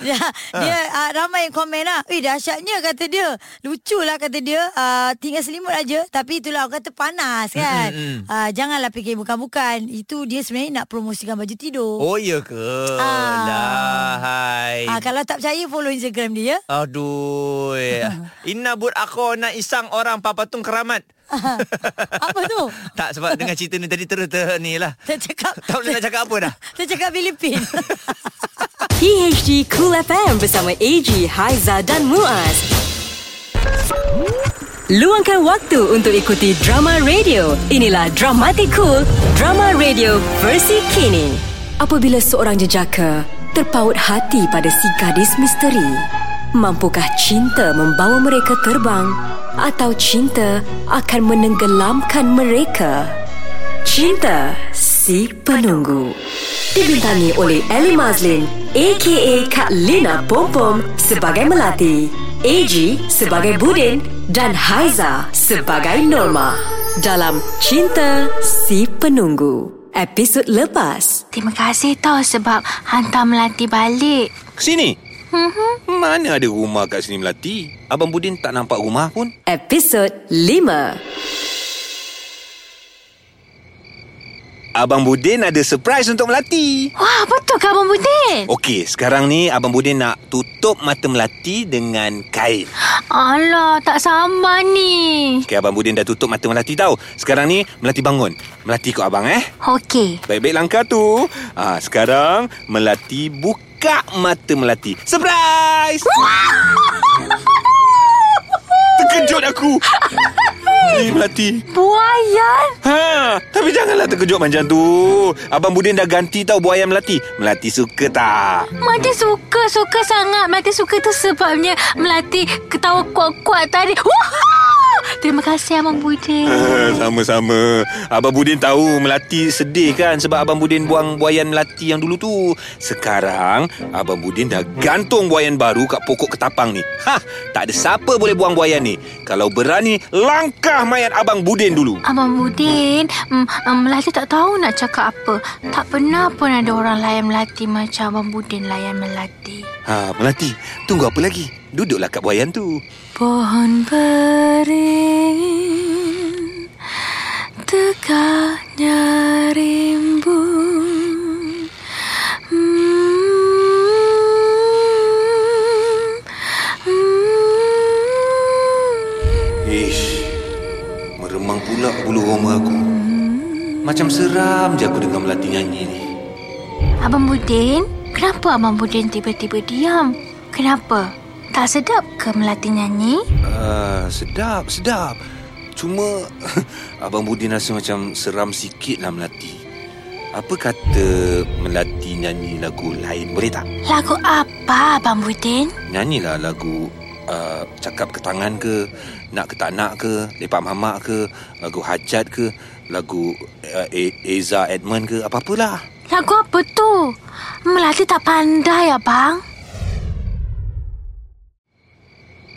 [SPEAKER 1] dia dia ah, ramai yang komen lah Eh dahsyatnya kata dia Lucu lah kata dia ah, Tinggal selimut aja Tapi itulah orang kata panas kan
[SPEAKER 3] Mm,
[SPEAKER 1] ah, Janganlah fikir bukan-bukan Itu dia sebenarnya nak promosikan baju tidur
[SPEAKER 3] Oh ya ke?
[SPEAKER 1] Ah.
[SPEAKER 3] Lah, hai.
[SPEAKER 1] ah, Kalau tak percaya follow Instagram dia ya.
[SPEAKER 3] Aduh. Inna bud aku nak isang orang papatung keramat.
[SPEAKER 1] Apa tu?
[SPEAKER 3] Tak sebab dengan cerita ni tadi terus ter ni lah.
[SPEAKER 1] Tercakap
[SPEAKER 3] Tak boleh nak cakap apa dah.
[SPEAKER 1] Tercakap Filipin
[SPEAKER 2] PHD Cool FM bersama AG, Haiza dan Muaz. Luangkan waktu untuk ikuti drama radio. Inilah Dramatic Cool, drama radio versi kini. Apabila seorang jejaka terpaut hati pada si gadis misteri, mampukah cinta membawa mereka terbang atau cinta akan menenggelamkan mereka? Cinta Si Penunggu Dibintangi oleh Ellie Mazlin A.K.A. Kak Lina Pompom sebagai Melati AG sebagai Budin dan Haiza sebagai Norma dalam Cinta Si Penunggu episod lepas
[SPEAKER 6] Terima kasih tau sebab hantar Melati balik.
[SPEAKER 7] Sini. Mana ada rumah kat sini Melati? Abang Budin tak nampak rumah pun.
[SPEAKER 2] episod 5
[SPEAKER 7] Abang Budin ada surprise untuk Melati.
[SPEAKER 6] Wah, betul ke Abang Budin?
[SPEAKER 7] Okey, sekarang ni Abang Budin nak tutup mata Melati dengan kain.
[SPEAKER 6] Alah, tak sabar ni.
[SPEAKER 7] Okey, Abang Budin dah tutup mata Melati tau. Sekarang ni Melati bangun. Melati ikut abang eh.
[SPEAKER 6] Okey.
[SPEAKER 7] Baik-baik langkah tu. Ah, sekarang Melati buka mata Melati. Surprise! Terkejut aku. Ni Melati.
[SPEAKER 6] Buayan?
[SPEAKER 7] Ha, tapi janganlah terkejut macam tu. Abang Budin dah ganti tau buaya Melati. Melati suka tak?
[SPEAKER 6] Melati suka, suka sangat. Melati suka tu sebabnya Melati ketawa kuat-kuat tadi. Wah! Terima kasih Abang Budin.
[SPEAKER 7] Ah, Sama-sama. Abang Budin tahu Melati sedih kan sebab Abang Budin buang buayan Melati yang dulu tu. Sekarang, Abang Budin dah gantung buayan baru kat pokok ketapang ni. Ha, tak ada siapa boleh buang buayan ni. Kalau berani, langkah mayat Abang Budin dulu.
[SPEAKER 6] Abang Budin, mm, mm, Melati tak tahu nak cakap apa. Tak pernah pun ada orang layan Melati macam Abang Budin layan Melati.
[SPEAKER 7] Ha, Melati, tunggu apa lagi? Duduklah kat buayan tu.
[SPEAKER 6] Pohon beringin tegaknya rimbun Mm, Hmm. Hmm.
[SPEAKER 7] Ish, meremang pula bulu roma aku. Macam seram je aku dengar Melati nyanyi ni.
[SPEAKER 6] Abang Budin, kenapa Abang Budin tiba-tiba diam? Kenapa? Tak sedap ke Melati nyanyi?
[SPEAKER 7] Ah, sedap, sedap. Cuma Abang Budin rasa macam seram sikit lah Melati. Apa kata Melati nyanyi lagu lain boleh tak?
[SPEAKER 6] Lagu apa Abang Budin?
[SPEAKER 7] Nyanyilah lagu uh, Cakap ke tangan ke Nak ke tak nak ke Lepak mamak ke Lagu hajat ke Lagu uh, E- Eza Edmond ke Apa-apalah
[SPEAKER 6] Lagu apa tu? Melati tak pandai abang.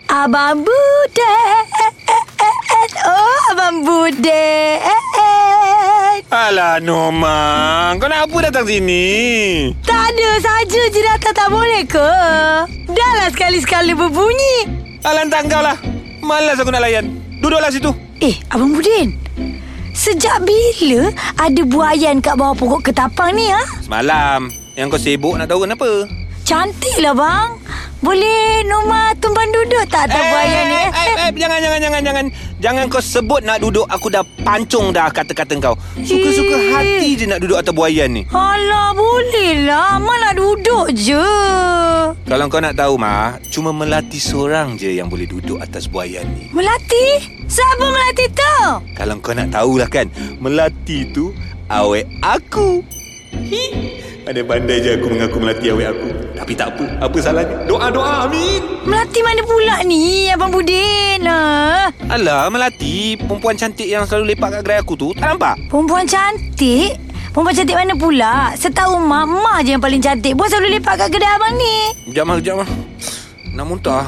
[SPEAKER 1] Abang Budet. Oh, Abang Budet.
[SPEAKER 7] Alah Norma Kau nak apa datang sini?
[SPEAKER 1] Tak ada saja je datang tak boleh ke? Dah lah sekali-sekala berbunyi.
[SPEAKER 7] Alah hantar kau lah Malas aku nak layan Duduklah situ
[SPEAKER 1] Eh, Abang Budin. Sejak bila ada buayan kat bawah pokok ketapang ni, ha?
[SPEAKER 7] Semalam Yang kau sibuk nak tahu kenapa?
[SPEAKER 1] Cantik lah, bang. Boleh Norma tumpang duduk tak atas buayan ni?
[SPEAKER 7] eh, eh, eh, jangan, jangan, jangan, jangan Jangan kau sebut nak duduk Aku dah pancung dah kata-kata kau Suka-suka
[SPEAKER 1] Ih.
[SPEAKER 7] hati je nak duduk atas buayan ni
[SPEAKER 1] Alah, boleh lah. Mak nak duduk je.
[SPEAKER 7] Kalau kau nak tahu mah, cuma Melati seorang je yang boleh duduk atas buayan ni.
[SPEAKER 1] Melati? Siapa Melati tu?
[SPEAKER 7] Kalau kau nak tahulah kan, Melati tu awet aku. Hi. Ada pandai je aku mengaku Melati awet aku. Tapi tak apa, apa salahnya? Doa-doa amin.
[SPEAKER 1] Melati mana pula ni, Abang Budin? Ha?
[SPEAKER 7] Alah, Melati, perempuan cantik yang selalu lepak kat gerai aku tu, tak nampak?
[SPEAKER 1] Perempuan cantik? Perempuan cantik mana pula? Setahu mak, mak je yang paling cantik. Buat selalu lepak kat kedai abang ni.
[SPEAKER 7] Sekejap mah, sekejap mah. Nak muntah.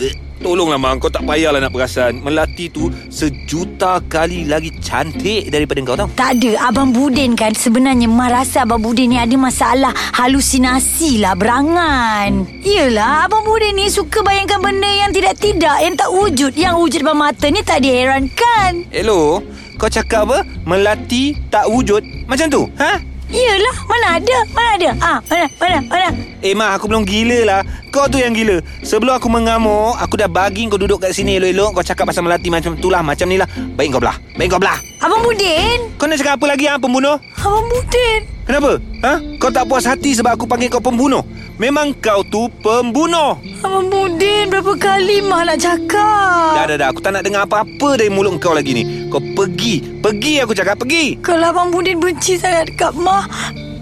[SPEAKER 7] Eh, Tolonglah Mak, kau tak payahlah nak perasan. Melati tu sejuta kali lagi cantik daripada kau tau.
[SPEAKER 1] Tak ada. Abang Budin kan sebenarnya mak rasa Abang Budin ni ada masalah halusinasi lah, berangan. Yelah, Abang Budin ni suka bayangkan benda yang tidak-tidak, yang tak wujud. Yang wujud depan mata ni tak diherankan.
[SPEAKER 7] Hello, kau cakap apa? Melati tak wujud. Macam tu, ha?
[SPEAKER 1] Yelah, mana ada, mana ada. Ah, mana, mana, mana.
[SPEAKER 7] Eh, Mak, aku belum gila lah. Kau tu yang gila. Sebelum aku mengamuk, aku dah bagi kau duduk kat sini elok-elok. Kau cakap pasal Melati macam tu lah, macam ni lah. Baik kau belah. Baik kau belah.
[SPEAKER 1] Abang Budin.
[SPEAKER 7] Kau nak cakap apa lagi, ha, pembunuh?
[SPEAKER 1] Abang Budin.
[SPEAKER 7] Kenapa? Ha? Kau tak puas hati sebab aku panggil kau pembunuh. Memang kau tu pembunuh.
[SPEAKER 1] Abang Budin, berapa kali mak nak cakap?
[SPEAKER 7] Dah, dah, dah. Aku tak nak dengar apa-apa dari mulut kau lagi ni. Kau pergi. Pergi aku cakap, pergi.
[SPEAKER 1] Kalau Abang Budin benci sangat dekat Mah,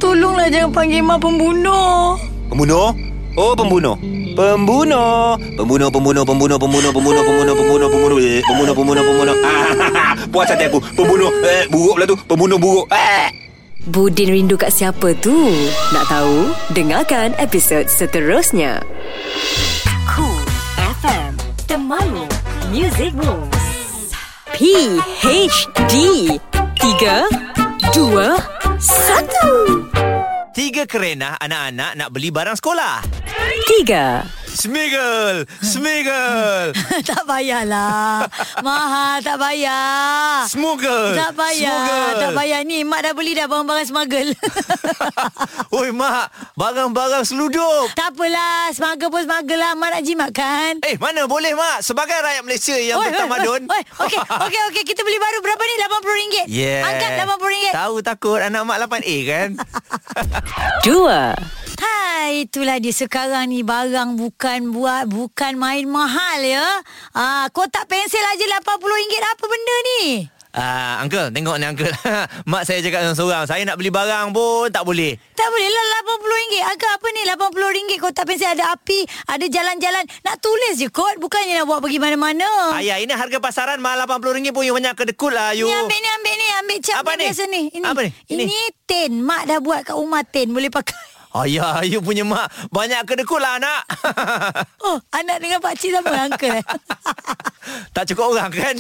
[SPEAKER 1] tolonglah jangan panggil Mah pembunuh.
[SPEAKER 7] Pembunuh? Oh, pembunuh. Pembunuh. Pembunuh, pembunuh, pembunuh, pembunuh, pembunuh, pembunuh, pembunuh, pembunuh, eh, pembunuh, pembunuh, pembunuh. Ah, puas hati aku. Pembunuh. Eh, buruk lah tu. Pembunuh buruk. Eh.
[SPEAKER 2] Budin rindu kat siapa tu? Nak tahu? Dengarkan episod seterusnya. Cool FM Temanmu Music Moves PHD 3 2 1
[SPEAKER 3] Tiga kerenah anak-anak nak beli barang sekolah.
[SPEAKER 2] 3
[SPEAKER 3] Smiggle! Smiggle!
[SPEAKER 1] tak payahlah. Mahal tak payah.
[SPEAKER 3] Smuggle!
[SPEAKER 1] Tak payah.
[SPEAKER 3] Smuggle.
[SPEAKER 1] Tak payah ni. Mak dah beli dah barang-barang smuggle.
[SPEAKER 3] Oi, Mak. Barang-barang seludup.
[SPEAKER 1] tak apalah. Smuggle pun smuggle lah. Mak nak jimat kan?
[SPEAKER 3] Eh, mana boleh, Mak. Sebagai rakyat Malaysia yang
[SPEAKER 1] Oi, oi,
[SPEAKER 3] bertamadun.
[SPEAKER 1] oi, oi. Okey, okey, okey. Kita beli baru berapa ni? RM80.
[SPEAKER 3] Yeah.
[SPEAKER 1] Angkat RM80.
[SPEAKER 3] Tahu takut anak mak 8A kan?
[SPEAKER 2] 2
[SPEAKER 1] Hai, itulah dia sekarang ni barang bukan buat bukan main mahal ya. Ah, kotak pensel aja RM80 apa benda ni?
[SPEAKER 3] Ah, uncle, tengok ni uncle. mak saya cakap seorang-seorang, saya nak beli barang pun tak boleh.
[SPEAKER 1] Tak boleh lah RM80. Agak apa ni RM80 kotak pensel ada api, ada jalan-jalan. Nak tulis je kot, bukannya nak buat pergi mana-mana.
[SPEAKER 3] Ayah, ini harga pasaran mahal RM80 pun you banyak kedekut lah you.
[SPEAKER 1] Ni ambil ni, ambil ni, ambil cap
[SPEAKER 3] Apa ni?
[SPEAKER 1] biasa ni. Ini.
[SPEAKER 3] Apa ni?
[SPEAKER 1] Ini.
[SPEAKER 3] Ini.
[SPEAKER 1] ini tin. Mak dah buat kat rumah tin, boleh pakai.
[SPEAKER 3] Ayah, you punya mak banyak kedekut lah anak.
[SPEAKER 1] Oh, anak dengan pakcik sama uncle. eh?
[SPEAKER 3] tak cukup orang kan?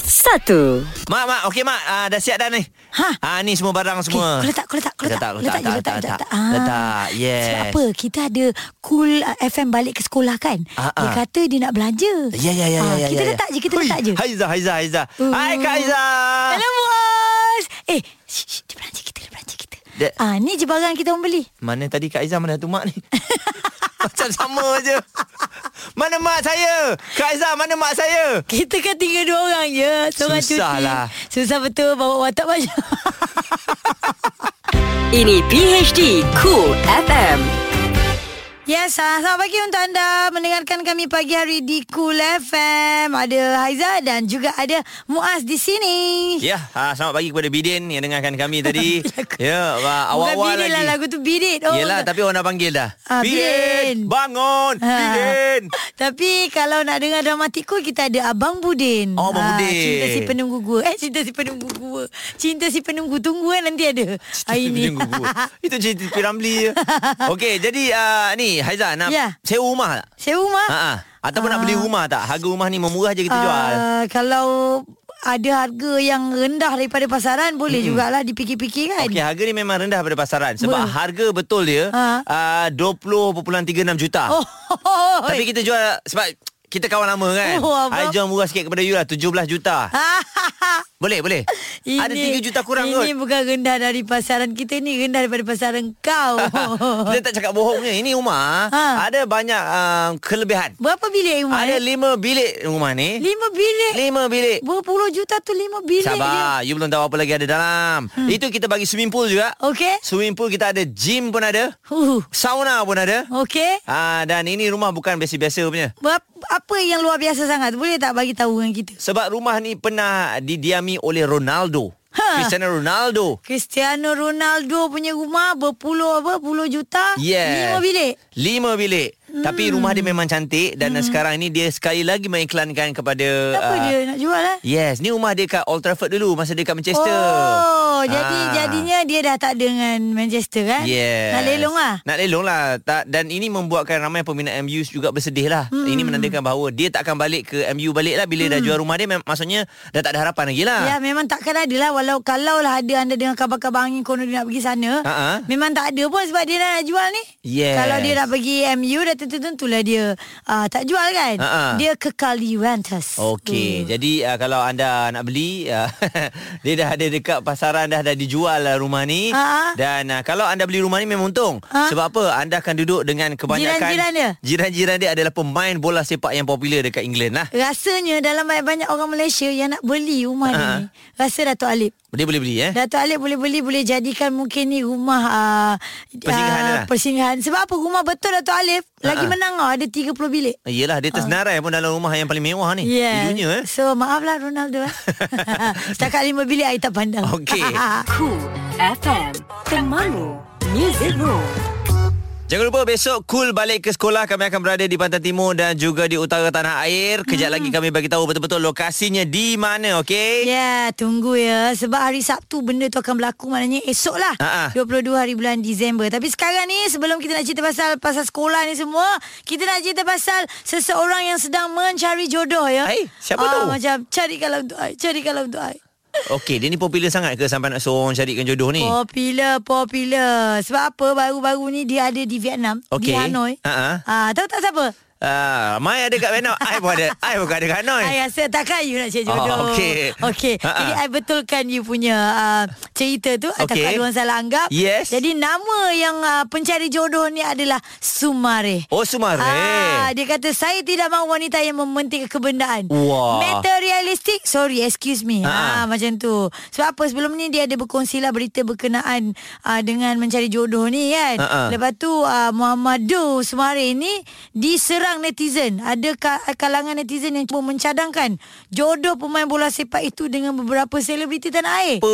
[SPEAKER 2] Satu.
[SPEAKER 3] Mak, mak. Okey, mak. Uh, dah siap dah ni.
[SPEAKER 1] Ha.
[SPEAKER 3] Ah, ni semua barang semua.
[SPEAKER 1] Okey, kau letak, kau letak, kau letak.
[SPEAKER 3] Letak, letak,
[SPEAKER 1] je,
[SPEAKER 3] letak, letak, letak.
[SPEAKER 1] Ah.
[SPEAKER 3] Letak, yes.
[SPEAKER 1] Sebab apa? Kita ada cool uh, FM balik ke sekolah kan?
[SPEAKER 3] Ah,
[SPEAKER 1] Dia
[SPEAKER 3] ah.
[SPEAKER 1] kata dia nak belanja.
[SPEAKER 3] Ya, ya, ya, ya,
[SPEAKER 1] Ah,
[SPEAKER 3] ya.
[SPEAKER 1] Kita
[SPEAKER 3] ya, ya.
[SPEAKER 1] letak je, kita
[SPEAKER 3] Hui,
[SPEAKER 1] letak je.
[SPEAKER 3] Haiza, Haiza, Haiza.
[SPEAKER 1] Hmm.
[SPEAKER 3] Hai, Kak Haiza.
[SPEAKER 1] Hello, bos. Eh, shh, shh, dia belanja kita, dia belanja kita.
[SPEAKER 3] Dia-
[SPEAKER 1] Ah, ni je barang kita orang beli.
[SPEAKER 3] Mana tadi Kak Aizah Mana tu mak ni Macam sama je Mana mak saya Kak Aizah mana mak saya
[SPEAKER 1] Kita kan tinggal dua orang je. Seorang
[SPEAKER 3] Susah
[SPEAKER 1] cuti.
[SPEAKER 3] lah.
[SPEAKER 1] Susah betul bawa watak macam.
[SPEAKER 2] Ini PHD Cool FM.
[SPEAKER 1] Yes, ah, selamat pagi untuk anda mendengarkan kami pagi hari di Cool FM. Ada Haiza dan juga ada Muaz di sini.
[SPEAKER 3] Ya ha, Selamat pagi kepada Bidin Yang dengarkan kami tadi Ya ah, Awal-awal
[SPEAKER 1] Bukan bidit
[SPEAKER 3] lagi
[SPEAKER 1] lah lagu tu bidit. Oh,
[SPEAKER 3] Yelah tapi orang dah panggil dah
[SPEAKER 1] Ah, Bidin.
[SPEAKER 3] Bangun
[SPEAKER 1] Ha.
[SPEAKER 3] Bidin
[SPEAKER 1] Tapi kalau nak dengar dramatik cool Kita ada Abang Budin
[SPEAKER 3] Oh, Abang
[SPEAKER 1] Ah,
[SPEAKER 3] Budin.
[SPEAKER 1] Cinta si penunggu gua Eh cinta si penunggu gua Cinta si penunggu Tunggu kan nanti ada Hari ni
[SPEAKER 3] Itu gugur. Itu cerita P. Ramlee je Okey jadi uh, Ni Haizah nak
[SPEAKER 1] Ya.
[SPEAKER 3] sewa rumah tak
[SPEAKER 1] Sewa rumah
[SPEAKER 3] ha, ha. Ataupun nak beli rumah tak Harga rumah ni memurah je kita jual
[SPEAKER 1] Ah, Kalau ada harga yang rendah daripada pasaran Boleh mm-hmm. jugalah dipikir-pikir kan
[SPEAKER 3] Hmm. Okey, harga ni memang rendah pada pasaran sebab
[SPEAKER 1] Boleh.
[SPEAKER 3] harga betul dia uh,
[SPEAKER 1] Ha.
[SPEAKER 3] 20.36 juta.
[SPEAKER 1] Oh,
[SPEAKER 3] Tapi kita jual sebab kita kawan lama kan.
[SPEAKER 1] Oh, abang. Ah.
[SPEAKER 3] I jual murah sikit kepada you lah 17 juta. Boleh, boleh.
[SPEAKER 1] Ini,
[SPEAKER 3] Ada 3 juta kurang
[SPEAKER 1] Ini
[SPEAKER 3] kot.
[SPEAKER 1] bukan rendah dari pasaran kita ni Rendah daripada pasaran kau
[SPEAKER 3] Dia tak cakap bohongnya. Ini rumah
[SPEAKER 1] Oh. Ha.
[SPEAKER 3] ada banyak uh, kelebihan.
[SPEAKER 1] Berapa bilik rumah?
[SPEAKER 3] Ada
[SPEAKER 1] eh?
[SPEAKER 3] 5 bilik rumah ni.
[SPEAKER 1] lima bilik
[SPEAKER 3] 5 bilik.
[SPEAKER 1] Berpuluh juta tu lima bilik je
[SPEAKER 3] Sabar, you belum tahu apa lagi ada dalam. Itu kita bagi swimming pool juga.
[SPEAKER 1] Okey
[SPEAKER 3] Swimming pool kita ada, gym pun ada,
[SPEAKER 1] huh.
[SPEAKER 3] sauna pun ada.
[SPEAKER 1] Okey
[SPEAKER 3] Ah dan ini rumah bukan biasa-biasa punya.
[SPEAKER 1] Berap- Apa yang luar biasa sangat Boleh tak bagi tahu dengan kita
[SPEAKER 3] Sebab rumah ni pernah didiami oleh Ronaldo.
[SPEAKER 1] Ha.
[SPEAKER 3] Ha. Cristiano Ronaldo.
[SPEAKER 1] Cristiano Ronaldo punya rumah Berpuluh apa Puluh juta
[SPEAKER 3] Yes.
[SPEAKER 1] Lima bilik
[SPEAKER 3] Lima bilik. Hmm. Tapi rumah dia memang cantik dan hmm. sekarang ini dia sekali lagi mengiklankan kepada
[SPEAKER 1] Apa
[SPEAKER 3] ah,
[SPEAKER 1] dia nak jual eh
[SPEAKER 3] Yes, ni rumah dia kat Old Trafford dulu masa dia kat Manchester.
[SPEAKER 1] Oh, jadi
[SPEAKER 3] Ah.
[SPEAKER 1] jadinya dia dah tak ada dengan Manchester kan?
[SPEAKER 3] Yes.
[SPEAKER 1] Nak lelong lah.
[SPEAKER 3] Nak lelong lah. Tak, dan ini membuatkan ramai peminat MU juga bersedih lah. Hmm. Ini menandakan bahawa dia tak akan balik ke MU balik lah bila hmm. dah jual rumah dia. mem- Maksudnya dah tak ada harapan lagi lah.
[SPEAKER 1] Ya memang takkan ada lah Walau kalau lah ada anda dengan kabar-kabar angin Kono dia nak pergi sana
[SPEAKER 3] Ha-ha.
[SPEAKER 1] Memang tak ada pun sebab dia dah nak jual ni
[SPEAKER 3] Ah, Yes.
[SPEAKER 1] Kalau dia nak pergi MU dah tentu-tentulah dia uh, tak jual kan
[SPEAKER 3] Ha-ha.
[SPEAKER 1] Dia kekal di Juventus
[SPEAKER 3] Okey,
[SPEAKER 1] Hmm.
[SPEAKER 3] jadi uh, kalau anda nak beli uh, dia dah ada dekat pasaran dah dah dijual lah rumah ni
[SPEAKER 1] Ha.
[SPEAKER 3] dan uh, kalau anda beli rumah ni memang untung
[SPEAKER 1] Ha.
[SPEAKER 3] sebab apa anda akan duduk dengan kebanyakan
[SPEAKER 1] Jiran-jiran dia?
[SPEAKER 3] jiran-jiran dia adalah pemain bola sepak yang popular dekat England lah.
[SPEAKER 1] Rasanya dalam banyak-banyak orang Malaysia yang nak beli rumah
[SPEAKER 3] Ha-ha.
[SPEAKER 1] ni Rasa Dato' Alip
[SPEAKER 3] Dia boleh beli eh.
[SPEAKER 1] Dato' Alip boleh beli Boleh jadikan mungkin ni rumah uh,
[SPEAKER 3] Persinggahan lah.
[SPEAKER 1] Persinggahan Sebab apa rumah betul Dato' Alip Lagi
[SPEAKER 3] Ha-ha.
[SPEAKER 1] menang tau, Ada 30 bilik
[SPEAKER 3] Yelah dia tersenarai pun dalam rumah yang paling mewah ni
[SPEAKER 1] Yeah.
[SPEAKER 3] di dunia eh.
[SPEAKER 1] So maaflah Ronaldo eh. Setakat lima bilik Saya tak pandang
[SPEAKER 3] Okey.
[SPEAKER 2] Cool FM. Temanmu. Music Room.
[SPEAKER 3] Jangan lupa besok Cool balik ke sekolah Kami akan berada di Pantai Timur Dan juga di utara tanah air Kejap lagi
[SPEAKER 1] Hmm.
[SPEAKER 3] kami bagi tahu betul-betul lokasinya di mana okey?
[SPEAKER 1] Ya, yeah, tunggu ya. Sebab hari Sabtu benda tu akan berlaku maknanya esok lah.
[SPEAKER 3] Ha-ha.
[SPEAKER 1] 22 hari bulan Disember. Tapi sekarang ni sebelum kita nak cerita pasal pasal sekolah ni semua, kita nak cerita pasal seseorang yang sedang mencari jodoh ya.
[SPEAKER 3] Hai, siapa
[SPEAKER 1] Ah,
[SPEAKER 3] tu?
[SPEAKER 1] Macam cari kalau untuk ai, cari kalau untuk ai.
[SPEAKER 3] Okey, dia ni popular sangat ke sampai nak suruh orang carikan jodoh ni?
[SPEAKER 1] Oh. Popular, popular. Sebab apa baru-baru ni dia ada di Vietnam, di
[SPEAKER 3] Okey.
[SPEAKER 1] Hanoi.
[SPEAKER 3] Ha-ha.
[SPEAKER 1] Ah, tahu tak siapa?
[SPEAKER 3] Ah, Mai ada kat Vietnam. I pun ada. I pun ada kat Hanoi.
[SPEAKER 1] I rasa takkan you nak cari jodoh.
[SPEAKER 3] Oh, Eh. okey.
[SPEAKER 1] Okey.
[SPEAKER 3] Ha-ha.
[SPEAKER 1] Jadi I betulkan you punya uh, cerita tu.
[SPEAKER 3] Okey.
[SPEAKER 1] I takut ada orang salah anggap.
[SPEAKER 3] Yes.
[SPEAKER 1] Jadi nama yang uh, pencari jodoh ni adalah Sumare.
[SPEAKER 3] Oh, Sumare.
[SPEAKER 1] Ah, dia kata saya tidak mahu wanita yang mementingkan kebendaan.
[SPEAKER 3] Wah.
[SPEAKER 1] Materialistik. Sorry, excuse me.
[SPEAKER 3] Ha.
[SPEAKER 1] Ah, macam tu. Sebab apa sebelum ni dia ada berkongsilah berita berkenaan ah, dengan mencari jodoh ni kan.
[SPEAKER 3] Ha-ha.
[SPEAKER 1] Lepas tu ah, Muhammadu Sumare ni diserang netizen. Ada ka- kalangan netizen yang cuba mencadangkan jodoh pemain bola sepak itu dengan beberapa selebriti tanah air.
[SPEAKER 3] Apa?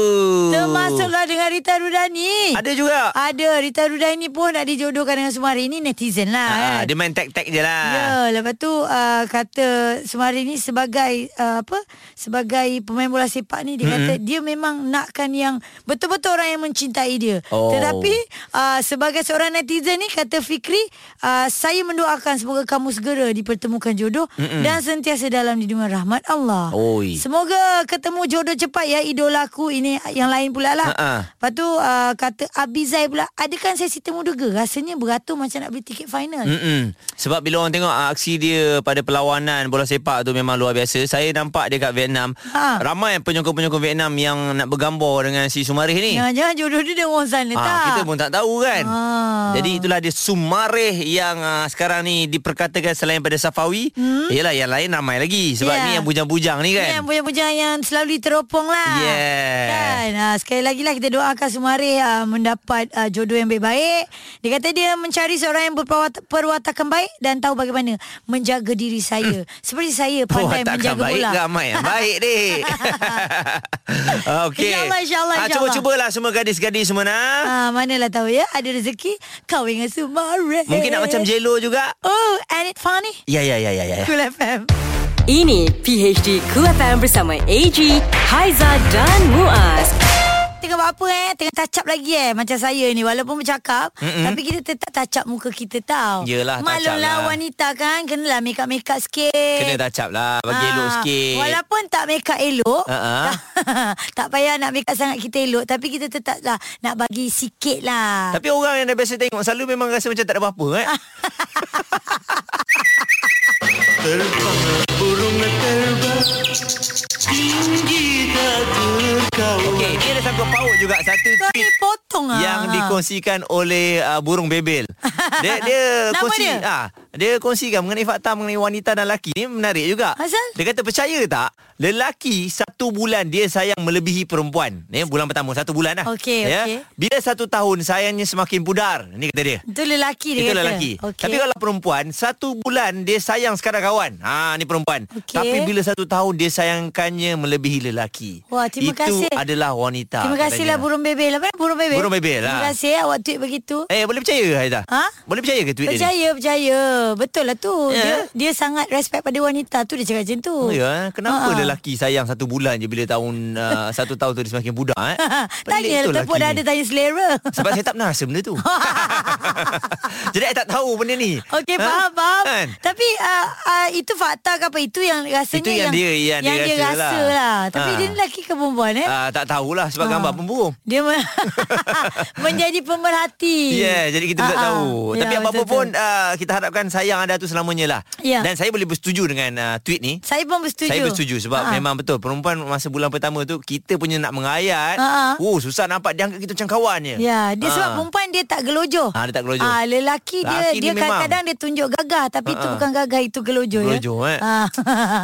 [SPEAKER 1] Termasuklah dengan Rita Rudani.
[SPEAKER 3] Ada juga.
[SPEAKER 1] Ada Rita Rudani pun nak dijodohkan dengan Sumari ni netizen lah
[SPEAKER 3] Ah,
[SPEAKER 1] kan.
[SPEAKER 3] dia main tag-tag je lah.
[SPEAKER 1] Ya, lepas tu uh, kata Sumari ni sebagai uh, apa? Sebagai pemain bola sepak ni dia mm-hmm. kata dia memang nakkan yang betul-betul orang yang mencintai dia. ah,
[SPEAKER 3] Oh.
[SPEAKER 1] Tetapi uh, sebagai seorang netizen ni kata Fikri, uh, ah, saya mendoakan semoga kamu kamu segera dipertemukan jodoh Mm-mm. dan sentiasa dalam lindungan rahmat Allah.
[SPEAKER 3] Oi.
[SPEAKER 1] Semoga ketemu jodoh cepat ya idolaku ini yang lain pula lah.
[SPEAKER 3] Ha-ha.
[SPEAKER 1] Lepas tu uh, kata Abizai pula, adakan sesi temu duga? Rasanya beratur macam nak beli tiket final. Mm.
[SPEAKER 3] Mm-mm. Sebab bila orang tengok ah, aksi dia pada perlawanan bola sepak tu memang luar biasa. Saya nampak dekat Vietnam, ha.
[SPEAKER 1] Ha.
[SPEAKER 3] ramai penyokong-penyokong Vietnam yang nak bergambar dengan si Sumarih ni.
[SPEAKER 1] Jangan-jangan jodoh dia dengan orang sana
[SPEAKER 3] Eh. Ah,
[SPEAKER 1] tak?
[SPEAKER 3] kita pun tak tahu kan.
[SPEAKER 1] Ah.
[SPEAKER 3] Jadi itulah dia Sumareh yang uh, sekarang ni diperkatakan selain pada Safawi, hmm? ialah yang lain ramai lagi sebab
[SPEAKER 1] Yeah.
[SPEAKER 3] ni yang bujang-bujang ni kan.
[SPEAKER 1] Kan? Ya. Yang bujang-bujang yang selalu diteropong lah.
[SPEAKER 3] Yeah.
[SPEAKER 1] Kan? Ha, sekali lagi lah kita doakan Sumari ha, mendapat ha, jodoh yang baik-baik. Dia kata dia mencari seorang yang berperwatakan baik dan tahu bagaimana menjaga diri saya. Seperti saya pandai
[SPEAKER 3] takkan
[SPEAKER 1] menjaga
[SPEAKER 3] Hmm. Oh, baik
[SPEAKER 1] bola.
[SPEAKER 3] ramai yang baik dik. Okey.
[SPEAKER 1] InsyaAllah, insyaAllah,
[SPEAKER 3] Ah,
[SPEAKER 1] insyaAllah.
[SPEAKER 3] cuba-cubalah semua gadis-gadis semua nak.
[SPEAKER 1] Ha, manalah tahu ya, ada rezeki kau dengan Sumari.
[SPEAKER 3] Mungkin nak macam Jelo juga.
[SPEAKER 1] Oh, and it funny.
[SPEAKER 3] Ya ya ya ya ya.
[SPEAKER 1] Cool FM.
[SPEAKER 2] Ini PHD Cool FM bersama AG, Haiza dan Muaz.
[SPEAKER 1] Tengah buat apa eh Tengah touch up lagi eh Macam saya ni Walaupun bercakap Mm-mm. Tapi kita tetap touch up muka kita tau
[SPEAKER 3] Yelah, touch up
[SPEAKER 1] Maklumlah
[SPEAKER 3] lah.
[SPEAKER 1] wanita kan Kenalah make up-make up sikit
[SPEAKER 3] Kena touch up lah bagi
[SPEAKER 1] Ah,
[SPEAKER 3] elok sikit.
[SPEAKER 1] Walaupun tak make up elok
[SPEAKER 3] Ah, ah.
[SPEAKER 1] Tak payah nak make up sangat kita elok Tapi kita tetap lah Nak bagi sikit lah
[SPEAKER 3] Tapi orang yang dah biasa tengok selalu memang rasa macam tak ada apa-apa kan. Okey, ni ada sangkut paut juga satu
[SPEAKER 1] Kau ni
[SPEAKER 3] tweet
[SPEAKER 1] potong lah
[SPEAKER 3] yang dikongsikan oleh uh, burung bebel. Dia dia
[SPEAKER 1] Nama
[SPEAKER 3] kongsi
[SPEAKER 1] dia?
[SPEAKER 3] ah dia kongsikan mengenai fakta mengenai wanita dan lelaki ni menarik juga.
[SPEAKER 1] Azal?
[SPEAKER 3] Dia kata percaya tak lelaki satu bulan dia sayang melebihi perempuan. Ni bulan pertama satu bulan lah.
[SPEAKER 1] Okey, okey.
[SPEAKER 3] Bila satu tahun sayangnya semakin pudar. Ni kata dia.
[SPEAKER 1] Itu lelaki dia
[SPEAKER 3] Itu
[SPEAKER 1] kata.
[SPEAKER 3] lelaki
[SPEAKER 1] okay.
[SPEAKER 3] okay. Tapi kalau perempuan Satu bulan Dia sayang sekadar kawan ha, Ni perempuan
[SPEAKER 1] Okey.
[SPEAKER 3] Tapi bila satu tahun Dia sayangkannya Melebihi lelaki
[SPEAKER 1] Wah, terima
[SPEAKER 3] Itu
[SPEAKER 1] kasih.
[SPEAKER 3] adalah wanita
[SPEAKER 1] Terima kasihlah
[SPEAKER 3] katanya.
[SPEAKER 1] burung bebel Apa burung bebel
[SPEAKER 3] Ah, Burung bebel lah.
[SPEAKER 1] Terima kasih awak tweet begitu
[SPEAKER 3] Eh boleh percaya ke Haizah?
[SPEAKER 1] Ha?
[SPEAKER 3] Boleh percaya ke tweet dia ni?
[SPEAKER 1] Percaya, percaya. Betul lah tu.
[SPEAKER 3] Ya.
[SPEAKER 1] Dia dia sangat respect pada wanita tu dia cakap macam tu.
[SPEAKER 3] Ya, eh? kenapa
[SPEAKER 1] Ha-ha.
[SPEAKER 3] lelaki sayang satu bulan je bila tahun uh, satu tahun tu dia semakin budak eh?
[SPEAKER 1] Tanya
[SPEAKER 3] Pelik
[SPEAKER 1] lah
[SPEAKER 3] betul
[SPEAKER 1] tepuk dah
[SPEAKER 3] lelaki
[SPEAKER 1] ada
[SPEAKER 3] ni.
[SPEAKER 1] tanya selera.
[SPEAKER 3] Sebab saya tak pernah rasa benda tu Jadi saya tak tahu benda ni
[SPEAKER 1] Okey,
[SPEAKER 3] Ha?
[SPEAKER 1] faham, faham.
[SPEAKER 3] Kan?
[SPEAKER 1] Tapi uh, uh, itu fakta ke apa? Itu yang rasanya
[SPEAKER 3] Itu yang dia- yang dia rasa
[SPEAKER 1] rasa
[SPEAKER 3] lah.
[SPEAKER 1] lah. Tapi
[SPEAKER 3] Ha.
[SPEAKER 1] dia ni lelaki ke perempuan eh?
[SPEAKER 3] Ah, tak tahulah sebab
[SPEAKER 1] Ha.
[SPEAKER 3] gambar pemburung
[SPEAKER 1] Dia men- menjadi pemerhati.
[SPEAKER 3] Ya, yeah, jadi kita tak
[SPEAKER 1] Ha-ha.
[SPEAKER 3] tahu.
[SPEAKER 1] Ya,
[SPEAKER 3] Tapi apa
[SPEAKER 1] betul-betul.
[SPEAKER 3] pun uh, kita harapkan sayang anda tu selamanya lah.
[SPEAKER 1] Ya.
[SPEAKER 3] Dan saya boleh bersetuju dengan uh, tweet ni.
[SPEAKER 1] Saya pun bersetuju. Ah,
[SPEAKER 3] Saya bersetuju sebab
[SPEAKER 1] Ha-ha.
[SPEAKER 3] memang betul perempuan masa bulan pertama tu kita punya nak mengayat.
[SPEAKER 1] Ha-ha.
[SPEAKER 3] Oh, susah nampak dia anggap kita macam kawan je.
[SPEAKER 1] Ya, dia
[SPEAKER 3] Ha.
[SPEAKER 1] sebab perempuan dia tak gelojoh.
[SPEAKER 3] Ah, dia tak gelojoh.
[SPEAKER 1] Ah, lelaki dia
[SPEAKER 3] Lelaki ni
[SPEAKER 1] dia
[SPEAKER 3] memang.
[SPEAKER 1] kadang-kadang dia tunjuk gagah tapi itu
[SPEAKER 3] Ha, ha.
[SPEAKER 1] bukan gagah itu gelojoh ya.
[SPEAKER 3] Gelojoh, eh.
[SPEAKER 1] Ah.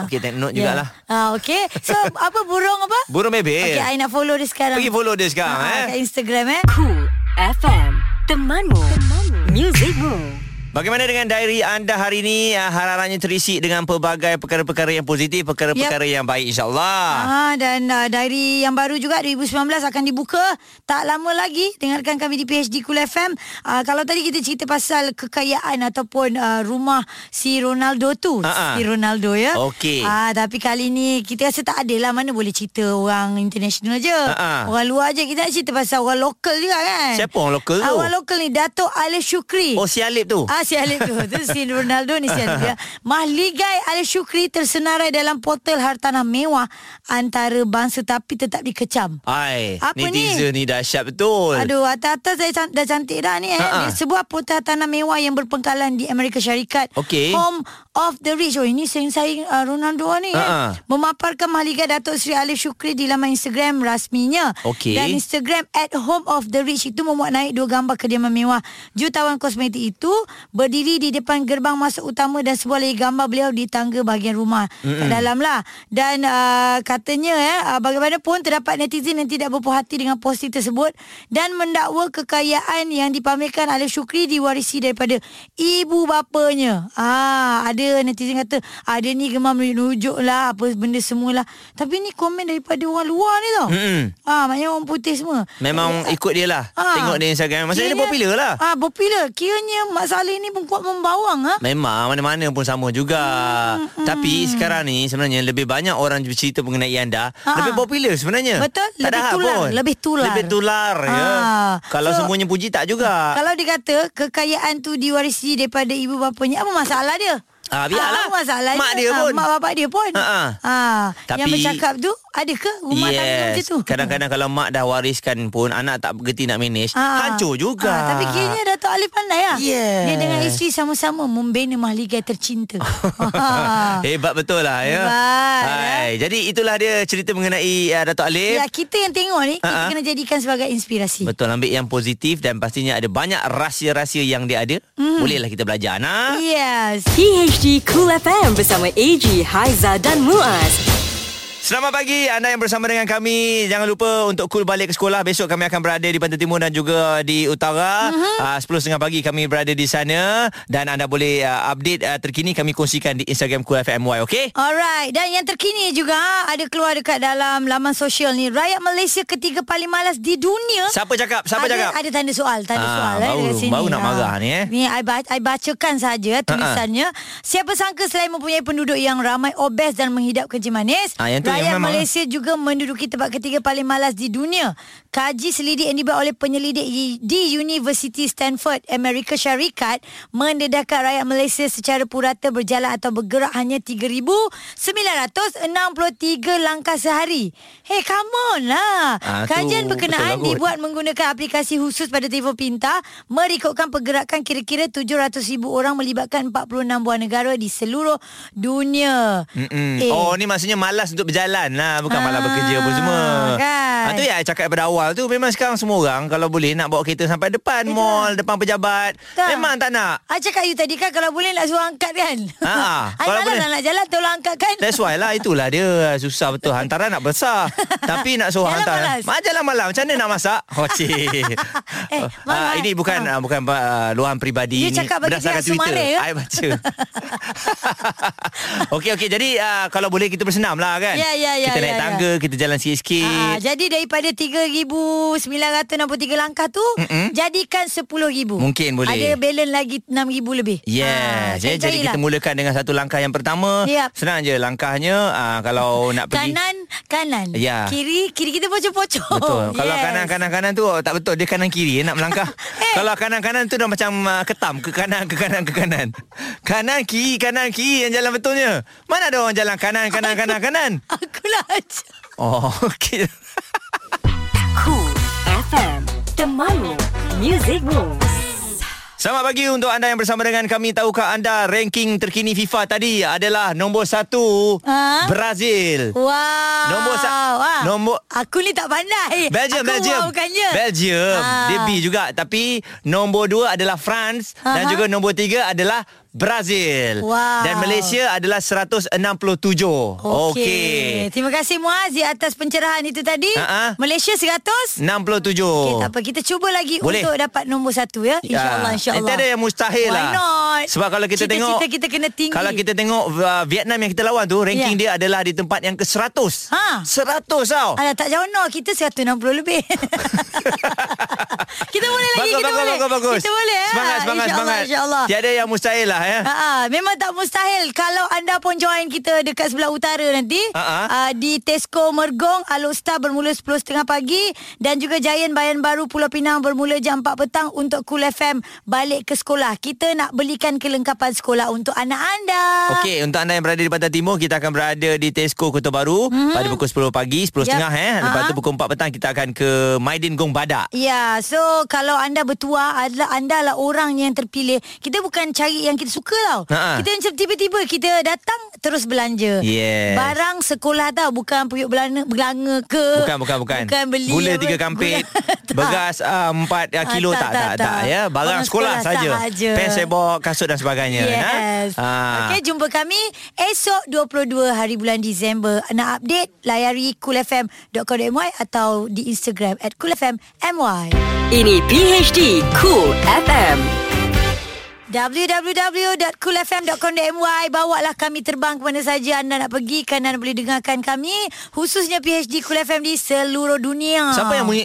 [SPEAKER 3] Okey, take note
[SPEAKER 1] Ya.
[SPEAKER 3] jugalah.
[SPEAKER 1] Ah, okey. So, apa burung apa?
[SPEAKER 3] Burung bebel.
[SPEAKER 1] Okey, I nak follow dia sekarang.
[SPEAKER 3] Pergi follow dia sekarang
[SPEAKER 1] Ah, Kat
[SPEAKER 3] eh.
[SPEAKER 1] Instagram eh.
[SPEAKER 2] Cool FM. Temanmu. Temanmu. Musicmu.
[SPEAKER 3] Bagaimana dengan diary anda hari ini? Ah, Harap-harapnya terisi dengan pelbagai perkara-perkara yang positif, perkara-perkara yang baik insyaAllah.
[SPEAKER 1] Ah, dan uh, diary yang baru juga 2019 akan dibuka tak lama lagi dengarkan kami di PHD Cool FM uh, kalau tadi kita cerita pasal kekayaan ataupun uh, rumah si Ronaldo tu
[SPEAKER 3] Ha-ha.
[SPEAKER 1] si Ronaldo ya
[SPEAKER 3] Ah, Okey.
[SPEAKER 1] ah, tapi kali ni kita rasa tak adalah mana boleh cerita orang international je
[SPEAKER 3] Ha-ha.
[SPEAKER 1] orang luar je kita nak cerita pasal orang lokal juga kan
[SPEAKER 3] Ah, Siapa orang lokal tu?
[SPEAKER 1] Ah, orang lokal ni Dato' Alif Shukri
[SPEAKER 3] Oh, si Alip tu?
[SPEAKER 1] Ah si Alif tu Tu si Ronaldo ni si Alif ya. Mahligai Alif Syukri tersenarai dalam portal hartanah mewah antara bangsa tapi tetap dikecam.
[SPEAKER 3] Hai,
[SPEAKER 1] Apa ni?
[SPEAKER 3] netizen ni dahsyat betul.
[SPEAKER 1] Aduh, atas-atas saya can- dah cantik dah ni eh.
[SPEAKER 3] Ha-ha.
[SPEAKER 1] Dia sebuah portal tanah mewah yang berpengkalan di Amerika Syarikat.
[SPEAKER 3] Okey.
[SPEAKER 1] Home of the rich. Oh, ini sayang saya uh, Ronaldo ni eh.
[SPEAKER 3] Ha-ha.
[SPEAKER 1] Memaparkan mahligai Datuk Seri Alif Syukri di laman Instagram rasminya.
[SPEAKER 3] Okey.
[SPEAKER 1] Dan Instagram at home of the rich itu memuat naik dua gambar kediaman mewah jutawan kosmetik itu berdiri di depan gerbang masuk utama dan sebuah lagi gambar beliau di tangga bahagian rumah mm kat dalam lah dan uh, katanya eh, uh, bagaimanapun terdapat netizen yang tidak berpuas hati dengan posting tersebut dan mendakwa kekayaan yang dipamerkan oleh Syukri diwarisi daripada ibu bapanya ah ada netizen kata ada dia ni gemar merujuk lah apa benda semualah tapi ni komen daripada orang luar ni tau
[SPEAKER 3] Mm-mm.
[SPEAKER 1] Ah, maknanya orang putih semua.
[SPEAKER 3] Hmm, Memang ikut dia lah
[SPEAKER 1] Ah.
[SPEAKER 3] Tengok dia Instagram Maksudnya dia
[SPEAKER 1] Kiranya-
[SPEAKER 3] popular lah
[SPEAKER 1] Ah, popular. Ha, Kiranya Mak Saleh ni pun kuat membawang ha?
[SPEAKER 3] Memang mana-mana pun sama juga. Hmm, Tapi sekarang ni sebenarnya lebih banyak orang bercerita mengenai anda,
[SPEAKER 1] Ha-ha.
[SPEAKER 3] lebih popular sebenarnya.
[SPEAKER 1] Ah. Betul.
[SPEAKER 3] Tak
[SPEAKER 1] Lebih
[SPEAKER 3] ada hak
[SPEAKER 1] tular.
[SPEAKER 3] Pun.
[SPEAKER 1] Lebih tular.
[SPEAKER 3] Lebih tular ya.
[SPEAKER 1] Ah.
[SPEAKER 3] Kalau
[SPEAKER 1] So,
[SPEAKER 3] semuanya puji tak juga.
[SPEAKER 1] Kalau dikata kekayaan tu diwarisi daripada ibu bapanya, apa masalah dia?
[SPEAKER 3] Ah, biarlah.
[SPEAKER 1] apa masalah
[SPEAKER 3] Mak dia
[SPEAKER 1] Ah,
[SPEAKER 3] pun.
[SPEAKER 1] Mak bapak dia pun.
[SPEAKER 3] Ha, ha.
[SPEAKER 1] Ha. yang
[SPEAKER 3] Tapi-
[SPEAKER 1] bercakap tu ada ke rumah tangga macam tu?
[SPEAKER 3] Kadang-kadang kalau mak dah wariskan pun anak tak bergerti nak manage,
[SPEAKER 1] Ah.
[SPEAKER 3] hancur juga.
[SPEAKER 1] Ah, tapi kiranya Dato' Alif pandai lah.
[SPEAKER 3] Yes.
[SPEAKER 1] Dia dengan isteri sama-sama membina mahligai tercinta. Ah.
[SPEAKER 3] Hebat betul lah ya.
[SPEAKER 1] Hebat,
[SPEAKER 3] Hai. Jadi itulah dia cerita mengenai uh, Dato' Alif.
[SPEAKER 1] Ya, kita yang tengok ni, kita
[SPEAKER 3] Ha, ha.
[SPEAKER 1] kena jadikan sebagai inspirasi.
[SPEAKER 3] Betul ambil yang positif dan pastinya ada banyak rahsia-rahsia yang dia ada.
[SPEAKER 1] Hmm.
[SPEAKER 3] Mm. Bolehlah kita belajar nah.
[SPEAKER 1] Yes.
[SPEAKER 2] PHD Cool FM bersama AG, Haiza dan Muaz.
[SPEAKER 3] Selamat pagi anda yang bersama dengan kami. Jangan lupa untuk cool balik ke sekolah. Besok kami akan berada di Pantai Timur dan juga di Utara.
[SPEAKER 1] Hmm.
[SPEAKER 3] Uh-huh. 10.30 pagi kami berada di sana dan anda boleh uh, update uh, terkini kami kongsikan di Instagram Cool FM MY, okey?
[SPEAKER 1] Alright, dan yang terkini juga ha, ada keluar dekat dalam laman sosial ni. Rakyat Malaysia ketiga paling malas di dunia.
[SPEAKER 3] Siapa cakap? Siapa
[SPEAKER 1] ada,
[SPEAKER 3] cakap?
[SPEAKER 1] Ada tanda soal, tanda
[SPEAKER 3] Ah,
[SPEAKER 1] soal eh,
[SPEAKER 3] baru-
[SPEAKER 1] dekat sini.
[SPEAKER 3] baru nak marah
[SPEAKER 1] Ah.
[SPEAKER 3] ni, eh. Ah,
[SPEAKER 1] Ni I, ba- I bacakan saja eh, tulisannya. Siapa sangka selain mempunyai penduduk yang ramai obes dan menghidap kencing manis,
[SPEAKER 3] Ah, yang tu
[SPEAKER 1] rakyat
[SPEAKER 3] yang memang-
[SPEAKER 1] Malaysia juga menduduki tempat ketiga paling malas di dunia. Kaji selidik yang dibuat oleh penyelidik i- di University Stanford, Amerika Syarikat mendedahkan rakyat Malaysia secara purata berjalan atau bergerak hanya 3,963 langkah sehari. Hey, come on lah.
[SPEAKER 3] Ah, tu
[SPEAKER 1] Kajian berkenaan
[SPEAKER 3] betul lah kot.
[SPEAKER 1] dibuat menggunakan aplikasi khusus pada telefon pintar merikutkan pergerakan kira-kira 700 ribu orang melibatkan 46 buah negara di seluruh dunia.
[SPEAKER 3] Mm-mm. Eh. Oh ni maksudnya malas untuk berjalan lah Bukan malas
[SPEAKER 1] Ah,
[SPEAKER 3] bekerja pun semua ha,
[SPEAKER 1] kan.
[SPEAKER 3] Tu yang I cakap pada awal tu Memang sekarang semua orang Kalau boleh nak bawa kereta sampai depan mall Depan pejabat
[SPEAKER 1] lah. Tak.
[SPEAKER 3] Memang tak nak
[SPEAKER 1] I cakap you tadi kan kalau boleh nak suruh angkat kan.
[SPEAKER 3] Ha,
[SPEAKER 1] I
[SPEAKER 3] kalau
[SPEAKER 1] malas
[SPEAKER 3] boleh.
[SPEAKER 1] lah nak jalan tolong angkat kan.
[SPEAKER 3] That's why lah Itulah dia Susah betul Hantaran nak besar Tapi nak suruh
[SPEAKER 1] Jalan
[SPEAKER 3] hantar
[SPEAKER 1] malas.
[SPEAKER 3] Majalah malam Macam mana nak masak Hocih
[SPEAKER 1] Eh,
[SPEAKER 3] Ah,
[SPEAKER 1] malas.
[SPEAKER 3] Ini bukan ah,
[SPEAKER 1] Ah.
[SPEAKER 3] bukan ah, luahan
[SPEAKER 1] You
[SPEAKER 3] peribadi Ini
[SPEAKER 1] cakap bagi
[SPEAKER 3] berdasarkan
[SPEAKER 1] pihak
[SPEAKER 3] Twitter
[SPEAKER 1] Sumare, ya?
[SPEAKER 3] I baca Okey okey Jadi ah, kalau boleh kita bersenam lah kan
[SPEAKER 1] Ya, ya, ya,
[SPEAKER 3] Kita naik
[SPEAKER 1] ya, ya.
[SPEAKER 3] tangga Kita jalan sikit-sikit
[SPEAKER 1] Ha, jadi daripada 3,963 langkah tu mm Jadikan 10,000
[SPEAKER 3] Mungkin boleh.
[SPEAKER 1] Ada balance lagi 6,000 lebih
[SPEAKER 3] Yes,
[SPEAKER 1] Ha,
[SPEAKER 3] ya, jadi
[SPEAKER 1] cari-carilah.
[SPEAKER 3] kita mulakan dengan satu langkah yang pertama.
[SPEAKER 1] Yap.
[SPEAKER 3] Senang je langkahnya ah, kalau nak pergi
[SPEAKER 1] Kanan Kanan
[SPEAKER 3] Ya.
[SPEAKER 1] Kiri Kiri kita pocong-pocong
[SPEAKER 3] Betul.
[SPEAKER 1] Oh, yes.
[SPEAKER 3] Kalau kanan kanan kanan tu oh, tak betul dia kanan kiri eh, nak melangkah.
[SPEAKER 1] Eh.
[SPEAKER 3] Kalau kanan kanan tu dah macam uh, ketam ke kanan ke kanan ke kanan. Kanan kiri kanan kiri yang jalan betulnya. Mana ada orang jalan kanan kanan kanan kanan.
[SPEAKER 1] Akulah ajar.
[SPEAKER 3] Oh, okey.
[SPEAKER 2] Cool FM, temanmu, music moves.
[SPEAKER 3] Selamat pagi untuk anda yang bersama dengan kami. Tahukah anda ranking terkini FIFA tadi adalah nombor satu
[SPEAKER 1] Ha?
[SPEAKER 3] Brazil.
[SPEAKER 1] Wow
[SPEAKER 3] Nombor sa-
[SPEAKER 1] Wah.
[SPEAKER 3] nombor-
[SPEAKER 1] Aku ni tak pandai
[SPEAKER 3] Belgium,
[SPEAKER 1] Aku
[SPEAKER 3] Belgium.
[SPEAKER 1] wow bukannya
[SPEAKER 3] Belgium.
[SPEAKER 1] Ah.
[SPEAKER 3] Dia B juga. Tapi nombor dua adalah France. Uh-huh. Dan
[SPEAKER 1] Aha.
[SPEAKER 3] juga nombor tiga adalah Brazil.
[SPEAKER 1] Wow.
[SPEAKER 3] Dan Malaysia adalah 167.
[SPEAKER 1] Okey. Terima kasih Muaz di atas pencerahan itu tadi.
[SPEAKER 3] Ha-ha.
[SPEAKER 1] Malaysia 100.
[SPEAKER 3] 67.
[SPEAKER 1] Okey, tak apa. Kita cuba lagi
[SPEAKER 3] Boleh.
[SPEAKER 1] untuk dapat nombor satu ya. InsyaAllah, insyaAllah.
[SPEAKER 3] Ah. Nanti ada yang mustahil
[SPEAKER 1] Why
[SPEAKER 3] lah
[SPEAKER 1] not?
[SPEAKER 3] Sebab kalau kita
[SPEAKER 1] Cita-cita
[SPEAKER 3] tengok
[SPEAKER 1] kita kena tinggi.
[SPEAKER 3] Kalau kita tengok uh, Vietnam yang kita lawan tu Ranking
[SPEAKER 1] Ya.
[SPEAKER 3] yeah. dia adalah di tempat yang ke-100
[SPEAKER 1] Ha. Ah,
[SPEAKER 3] 100 tau
[SPEAKER 1] Alah tak jauh no Kita 160 lebih Kita boleh lagi
[SPEAKER 3] bagus,
[SPEAKER 1] kita
[SPEAKER 3] bagus,
[SPEAKER 1] boleh
[SPEAKER 3] bagus, bagus.
[SPEAKER 1] Kita boleh ya.
[SPEAKER 3] Semangat, semangat,
[SPEAKER 1] InsyaAllah,
[SPEAKER 3] semangat.
[SPEAKER 1] InsyaAllah
[SPEAKER 3] Tiada yang mustahil lah ya.
[SPEAKER 1] Ha, memang tak mustahil kalau anda pun join kita dekat sebelah utara nanti
[SPEAKER 3] Ha-ha.
[SPEAKER 1] uh, di Tesco Mergong Alustar bermula 10.30 pagi dan juga Giant Bayan Baru Pulau Pinang bermula jam 4 petang untuk Cool FM balik ke sekolah. Kita nak belikan kelengkapan sekolah untuk anak anda.
[SPEAKER 3] Okey, untuk anda yang berada di Pantai Timur, kita akan berada di Tesco Kota Baru mm-hmm. pada pukul 10 pagi, 10.30 yep.
[SPEAKER 1] Mhm. Yap.
[SPEAKER 3] eh. Lepas
[SPEAKER 1] Ha-ha.
[SPEAKER 3] tu pukul 4 petang kita akan ke Maidin Gong Badak.
[SPEAKER 1] Ya, so kalau anda bertuah adalah anda lah orang yang terpilih. Kita bukan cari yang kita suka tau.
[SPEAKER 3] Ha-ha.
[SPEAKER 1] Kita macam tiba-tiba kita datang terus
[SPEAKER 3] Ya.
[SPEAKER 1] belanja.
[SPEAKER 3] Yes.
[SPEAKER 1] Barang sekolah tau, bukan puyuk belanga, belanga ke.
[SPEAKER 3] Bukan, bukan, bukan.
[SPEAKER 1] Bukan beli.
[SPEAKER 3] Gula
[SPEAKER 1] apa-
[SPEAKER 3] tiga kampit,
[SPEAKER 1] Tak.
[SPEAKER 3] beras ah, empat ah,
[SPEAKER 1] Ah,
[SPEAKER 3] kilo tak, tak, tak, ya. Barang sekolah, saja.
[SPEAKER 1] lah sahaja.
[SPEAKER 3] Pen sebok, kasut dan sebagainya.
[SPEAKER 1] Yes.
[SPEAKER 3] Ha? Ah.
[SPEAKER 1] Okey, jumpa kami esok 22 hari bulan Disember. Nak update, layari coolfm.com.my atau di Instagram at coolfmmy.
[SPEAKER 2] Ini PHD Cool FM.
[SPEAKER 1] www.coolfm.com.my Bawalah kami terbang ke mana saja anda nak pergi Kerana anda boleh dengarkan kami Khususnya PhD Cool FM di seluruh dunia
[SPEAKER 3] Siapa yang bunyi?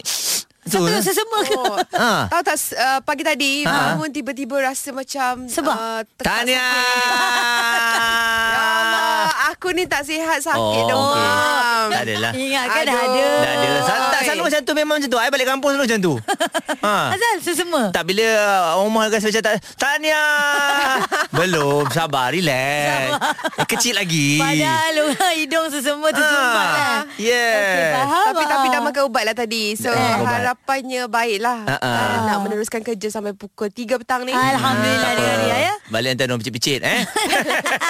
[SPEAKER 1] Satu
[SPEAKER 3] Betul. eh?
[SPEAKER 1] sesama ke?
[SPEAKER 4] Oh,
[SPEAKER 3] Ah.
[SPEAKER 4] Tahu tak s- uh, pagi tadi
[SPEAKER 3] Ah.
[SPEAKER 4] bangun tiba-tiba rasa macam
[SPEAKER 1] Sebab?
[SPEAKER 4] uh, tekak
[SPEAKER 3] Tahniah.
[SPEAKER 4] sakit. Ya Allah, aku ni tak sihat
[SPEAKER 1] Ya
[SPEAKER 4] sakit
[SPEAKER 3] Oh,
[SPEAKER 4] oh, demam.
[SPEAKER 3] okey. Tak adalah.
[SPEAKER 1] Ingat kan
[SPEAKER 4] Aduh.
[SPEAKER 1] ada.
[SPEAKER 3] Dah ada. Sa- Tak selalu macam tu memang macam tu. Saya balik kampung selalu macam tu. ha.
[SPEAKER 4] Ah.
[SPEAKER 1] Azal sesama.
[SPEAKER 3] Tak bila uh, orang rumah rasa macam tak Tanya Belum Sabar Relax Eh, Kecil lagi
[SPEAKER 1] Padahal orang hidung sesama tu sumbat lah.
[SPEAKER 3] ah, Yeah
[SPEAKER 1] Okey, faham.
[SPEAKER 4] Eh, Tapi tapi dah
[SPEAKER 1] ah.
[SPEAKER 4] makan ubat lah tadi So
[SPEAKER 3] Dah makan Eh, ubat.
[SPEAKER 4] harapannya baiklah
[SPEAKER 3] Ah, ah.
[SPEAKER 4] uh, Nak meneruskan kerja sampai pukul 3 petang ni
[SPEAKER 1] Alhamdulillah
[SPEAKER 3] Tak
[SPEAKER 1] dia
[SPEAKER 3] apa.
[SPEAKER 1] Ria ya.
[SPEAKER 3] Balik hantar orang picit-picit eh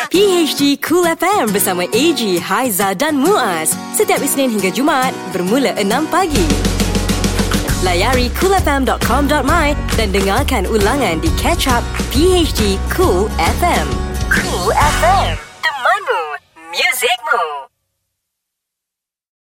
[SPEAKER 2] PHD Cool FM bersama AG, Haiza dan Muaz. Setiap Isnin hingga Jumaat bermula 6 pagi. Layari coolfm.com.my dan dengarkan ulangan di Catch Up PHD Cool FM.